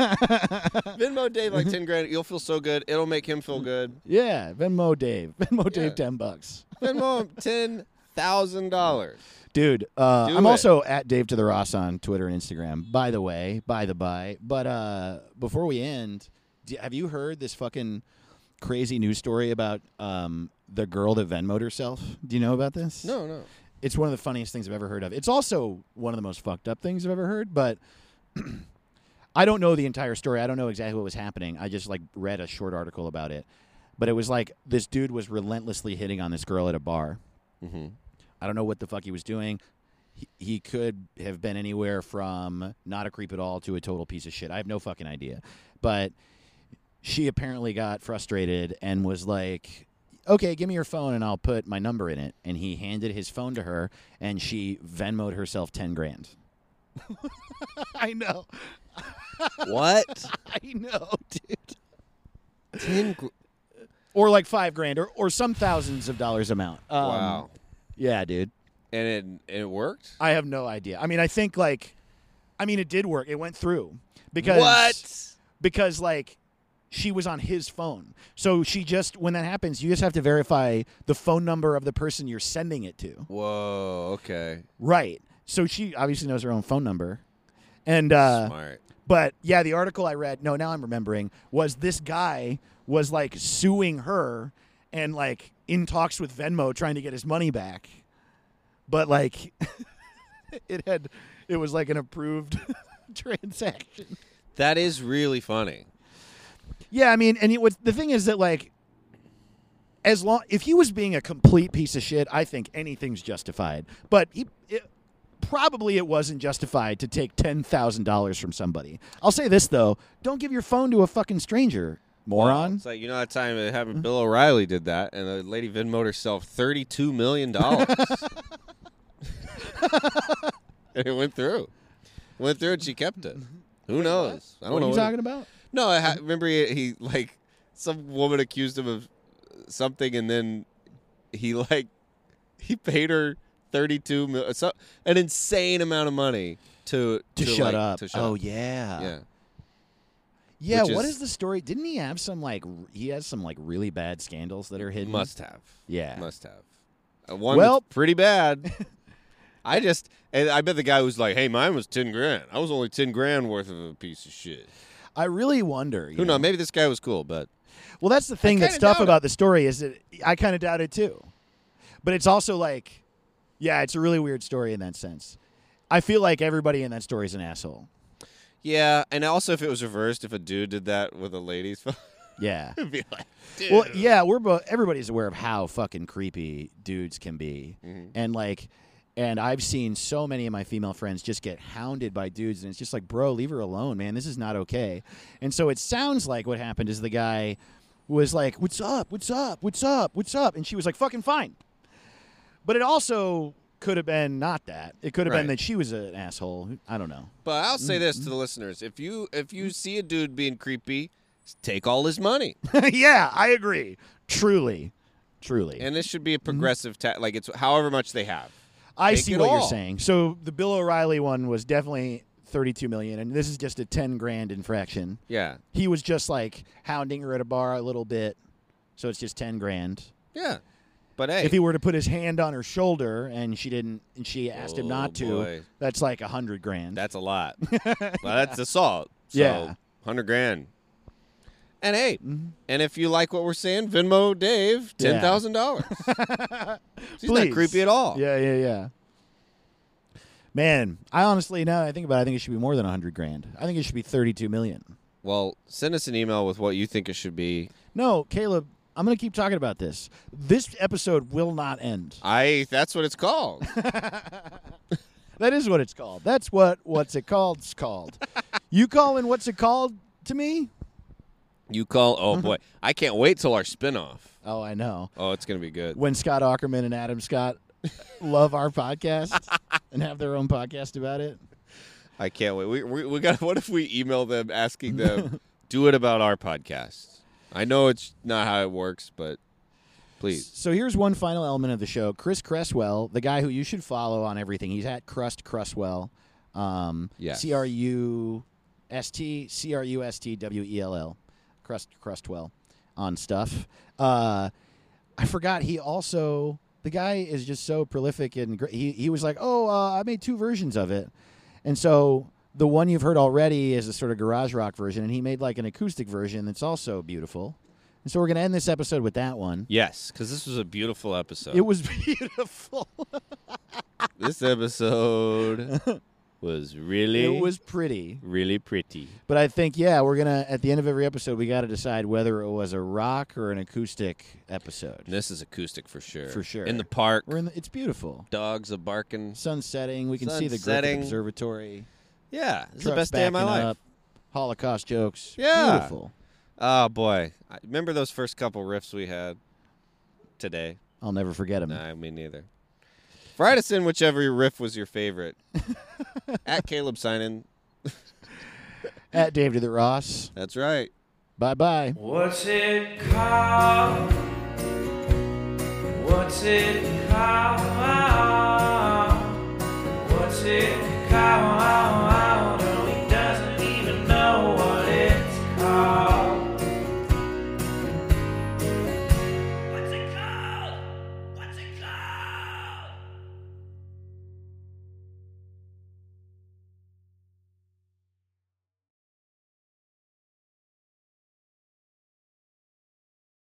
Speaker 3: Venmo Dave like ten grand. You'll feel so good. It'll make him feel good.
Speaker 2: Yeah, Venmo Dave. Venmo Dave,
Speaker 3: Yeah.
Speaker 2: ten bucks.
Speaker 3: Venmo him ten thousand dollars.
Speaker 2: Dude, uh,
Speaker 3: Do
Speaker 2: I'm
Speaker 3: it.
Speaker 2: also at Dave to the Ross on Twitter and Instagram. By the way, by the by. But uh, before we end, d- have you heard this fucking crazy news story about um, the girl that Venmoed herself? Do you know about this?
Speaker 3: No, no.
Speaker 2: It's one of the funniest things I've ever heard of. It's also one of the most fucked up things I've ever heard, but I don't know the entire story. I don't know exactly what was happening. I just like read a short article about it. But it was like this dude was relentlessly hitting on this girl at a bar.
Speaker 3: Mm-hmm.
Speaker 2: I don't know what the fuck he was doing. He, he could have been anywhere from not a creep at all to a total piece of shit. I have no fucking idea. But she apparently got frustrated and was like, okay, give me your phone and I'll put my number in it. And he handed his phone to her and she Venmoed herself 10 grand. I know.
Speaker 3: What?
Speaker 2: I know, dude.
Speaker 3: ten. Gr-
Speaker 2: Or like five grand or, or some thousands of dollars amount. Um,
Speaker 3: wow.
Speaker 2: Yeah, dude.
Speaker 3: And it and it worked.
Speaker 2: I have no idea. I mean, I think like, I mean, it did work. It went through because
Speaker 3: What?
Speaker 2: Because like, she was on his phone, so she just when that happens, you just have to verify the phone number of the person you're sending it to.
Speaker 3: Whoa. Okay.
Speaker 2: Right. So she obviously knows her own phone number, and uh,
Speaker 3: Smart.
Speaker 2: but yeah, the article I read, no, now I'm remembering, was this guy was like suing her and like in talks with Venmo trying to get his money back. But like it had it was like an approved transaction.
Speaker 3: That is really funny.
Speaker 2: Yeah, I mean, and it was, the thing is that like as long if he was being a complete piece of shit, I think anything's justified. But he it, probably it wasn't justified to take ten thousand dollars from somebody. I'll say this though: don't give your phone to a fucking stranger, moron.
Speaker 3: It's like you know that time it happened. Bill O'Reilly did that, and the lady Venmoed herself thirty-two million dollars. and it went through, went through, and she kept it. Who knows? I don't
Speaker 2: What
Speaker 3: know.
Speaker 2: are you
Speaker 3: what it-
Speaker 2: talking about?
Speaker 3: no, I ha- remember he, he like some woman accused him of something, and then he like he paid her thirty-two mil, so, an insane amount of money to
Speaker 2: To, shut
Speaker 3: like,
Speaker 2: up.
Speaker 3: To shut
Speaker 2: oh
Speaker 3: up.
Speaker 2: yeah.
Speaker 3: yeah.
Speaker 2: Yeah,
Speaker 3: Which
Speaker 2: what
Speaker 3: is-
Speaker 2: is the story? Didn't he have some like r- he has some like really bad scandals that are hidden?
Speaker 3: Must have.
Speaker 2: Mm-hmm. Yeah.
Speaker 3: Must have. Uh, One
Speaker 2: Well-
Speaker 3: that's pretty bad. I just, and I bet the guy was like, "Hey, mine was ten grand. I was only ten grand worth of a piece of shit."
Speaker 2: I really wonder. you
Speaker 3: Who
Speaker 2: know.
Speaker 3: knows? Maybe this guy was cool, but
Speaker 2: Well, that's the thing that's
Speaker 3: kinda
Speaker 2: tough
Speaker 3: doubt it.
Speaker 2: about the story is that I kind of doubt it too. But it's also like, yeah, it's a really weird story in that sense. I feel like everybody in that story is an asshole.
Speaker 3: yeah. And also, if it was reversed, if a dude did that with a lady's phone,
Speaker 2: Yeah.
Speaker 3: it'd be like, dude.
Speaker 2: Well, yeah, we're both. Everybody's aware of how fucking creepy dudes can be, and like, and I've seen so many of my female friends just get hounded by dudes, and it's just like, bro, leave her alone, man. This is not okay. And so it sounds like what happened is the guy was like, "What's up? What's up? What's up? What's up?" And she was like, "Fucking fine." But it also could have been not that. It could have
Speaker 3: Right.
Speaker 2: been that she was an asshole. I don't know.
Speaker 3: But I'll say
Speaker 2: mm-hmm.
Speaker 3: this to the listeners: if you if you see a dude being creepy, s- take all his money.
Speaker 2: yeah, I agree. Truly, truly.
Speaker 3: and this should
Speaker 2: Mm-hmm.
Speaker 3: be a progressive tax. Like it's however much they have.
Speaker 2: I
Speaker 3: Take
Speaker 2: see
Speaker 3: it
Speaker 2: what
Speaker 3: all.
Speaker 2: you're saying. So the Bill O'Reilly one was definitely 32 million, and this is just a 10 grand infraction.
Speaker 3: Yeah,
Speaker 2: He was just like hounding her at a bar a little bit, so it's just 10 grand.
Speaker 3: yeah. But hey,
Speaker 2: If he were to put his hand on her shoulder and she didn't, and she asked him
Speaker 3: Oh,
Speaker 2: not to,
Speaker 3: boy.
Speaker 2: that's like a hundred grand.
Speaker 3: that's a lot. well, that's assault. So,
Speaker 2: Yeah. Mm-hmm.
Speaker 3: hundred grand. And hey, and if you like what we're saying, Venmo Dave ten thousand dollars. She's not
Speaker 2: Please.
Speaker 3: creepy at all.
Speaker 2: Yeah, yeah, yeah. Man, I honestly now that I think about it, I think it should be more than hundred grand. I think it should be 32 million.
Speaker 3: Well, send us an email with what you think it should be.
Speaker 2: No, Caleb, I'm gonna keep talking about this. This episode will not end.
Speaker 3: I. That's what it's called.
Speaker 2: That is what it's called. That's what what's it called's called. you calling what's it called to me?
Speaker 3: you call. Oh boy, I can't wait till our spinoff.
Speaker 2: Oh, I know.
Speaker 3: Oh, it's gonna be good.
Speaker 2: When Scott Ackerman and Adam Scott love our podcast and have their own podcast about it.
Speaker 3: I can't wait. We, we, we got. What if we email them asking them do it about our podcast? I know it's not how it works, but please.
Speaker 2: So here's one final element of the show. Chris Cresswell, the guy who you should follow on everything. He's at Crust Cresswell. Um
Speaker 3: Yes.
Speaker 2: C R U S T C R U S T W E L L. Crust Crustwell on stuff. Uh I forgot he also the guy is just so prolific and great. He he was like, "Oh, uh, I made two versions of it." And so the one you've heard already is a sort of garage rock version and he made like an acoustic version that's also beautiful. And so we're going to end this episode with that one.
Speaker 3: Yes, because this was a beautiful episode.
Speaker 2: It was beautiful.
Speaker 3: this episode was really,
Speaker 2: It was pretty.
Speaker 3: really pretty.
Speaker 2: But I think, yeah, we're going to, at the end of every episode, we got to decide whether it was a rock or an acoustic episode.
Speaker 3: This is acoustic for sure.
Speaker 2: For sure.
Speaker 3: In the park,
Speaker 2: We're in the, it's beautiful.
Speaker 3: dogs are barking.
Speaker 2: Sun setting. We can
Speaker 3: Sun
Speaker 2: see the Griffith
Speaker 3: setting.
Speaker 2: Observatory.
Speaker 3: Yeah, it's the
Speaker 2: Trucks
Speaker 3: best day of my
Speaker 2: backing
Speaker 3: life.
Speaker 2: up, Holocaust jokes.
Speaker 3: Yeah.
Speaker 2: Beautiful.
Speaker 3: Oh boy, I, remember those first couple riffs we had today?
Speaker 2: I'll never forget them.
Speaker 3: No, me neither. Write us in whichever riff was your favorite. At Caleb Sinan.
Speaker 2: At Dave to the Ross.
Speaker 3: That's right.
Speaker 2: Bye bye.
Speaker 1: What's it called? What's it called? What's it called?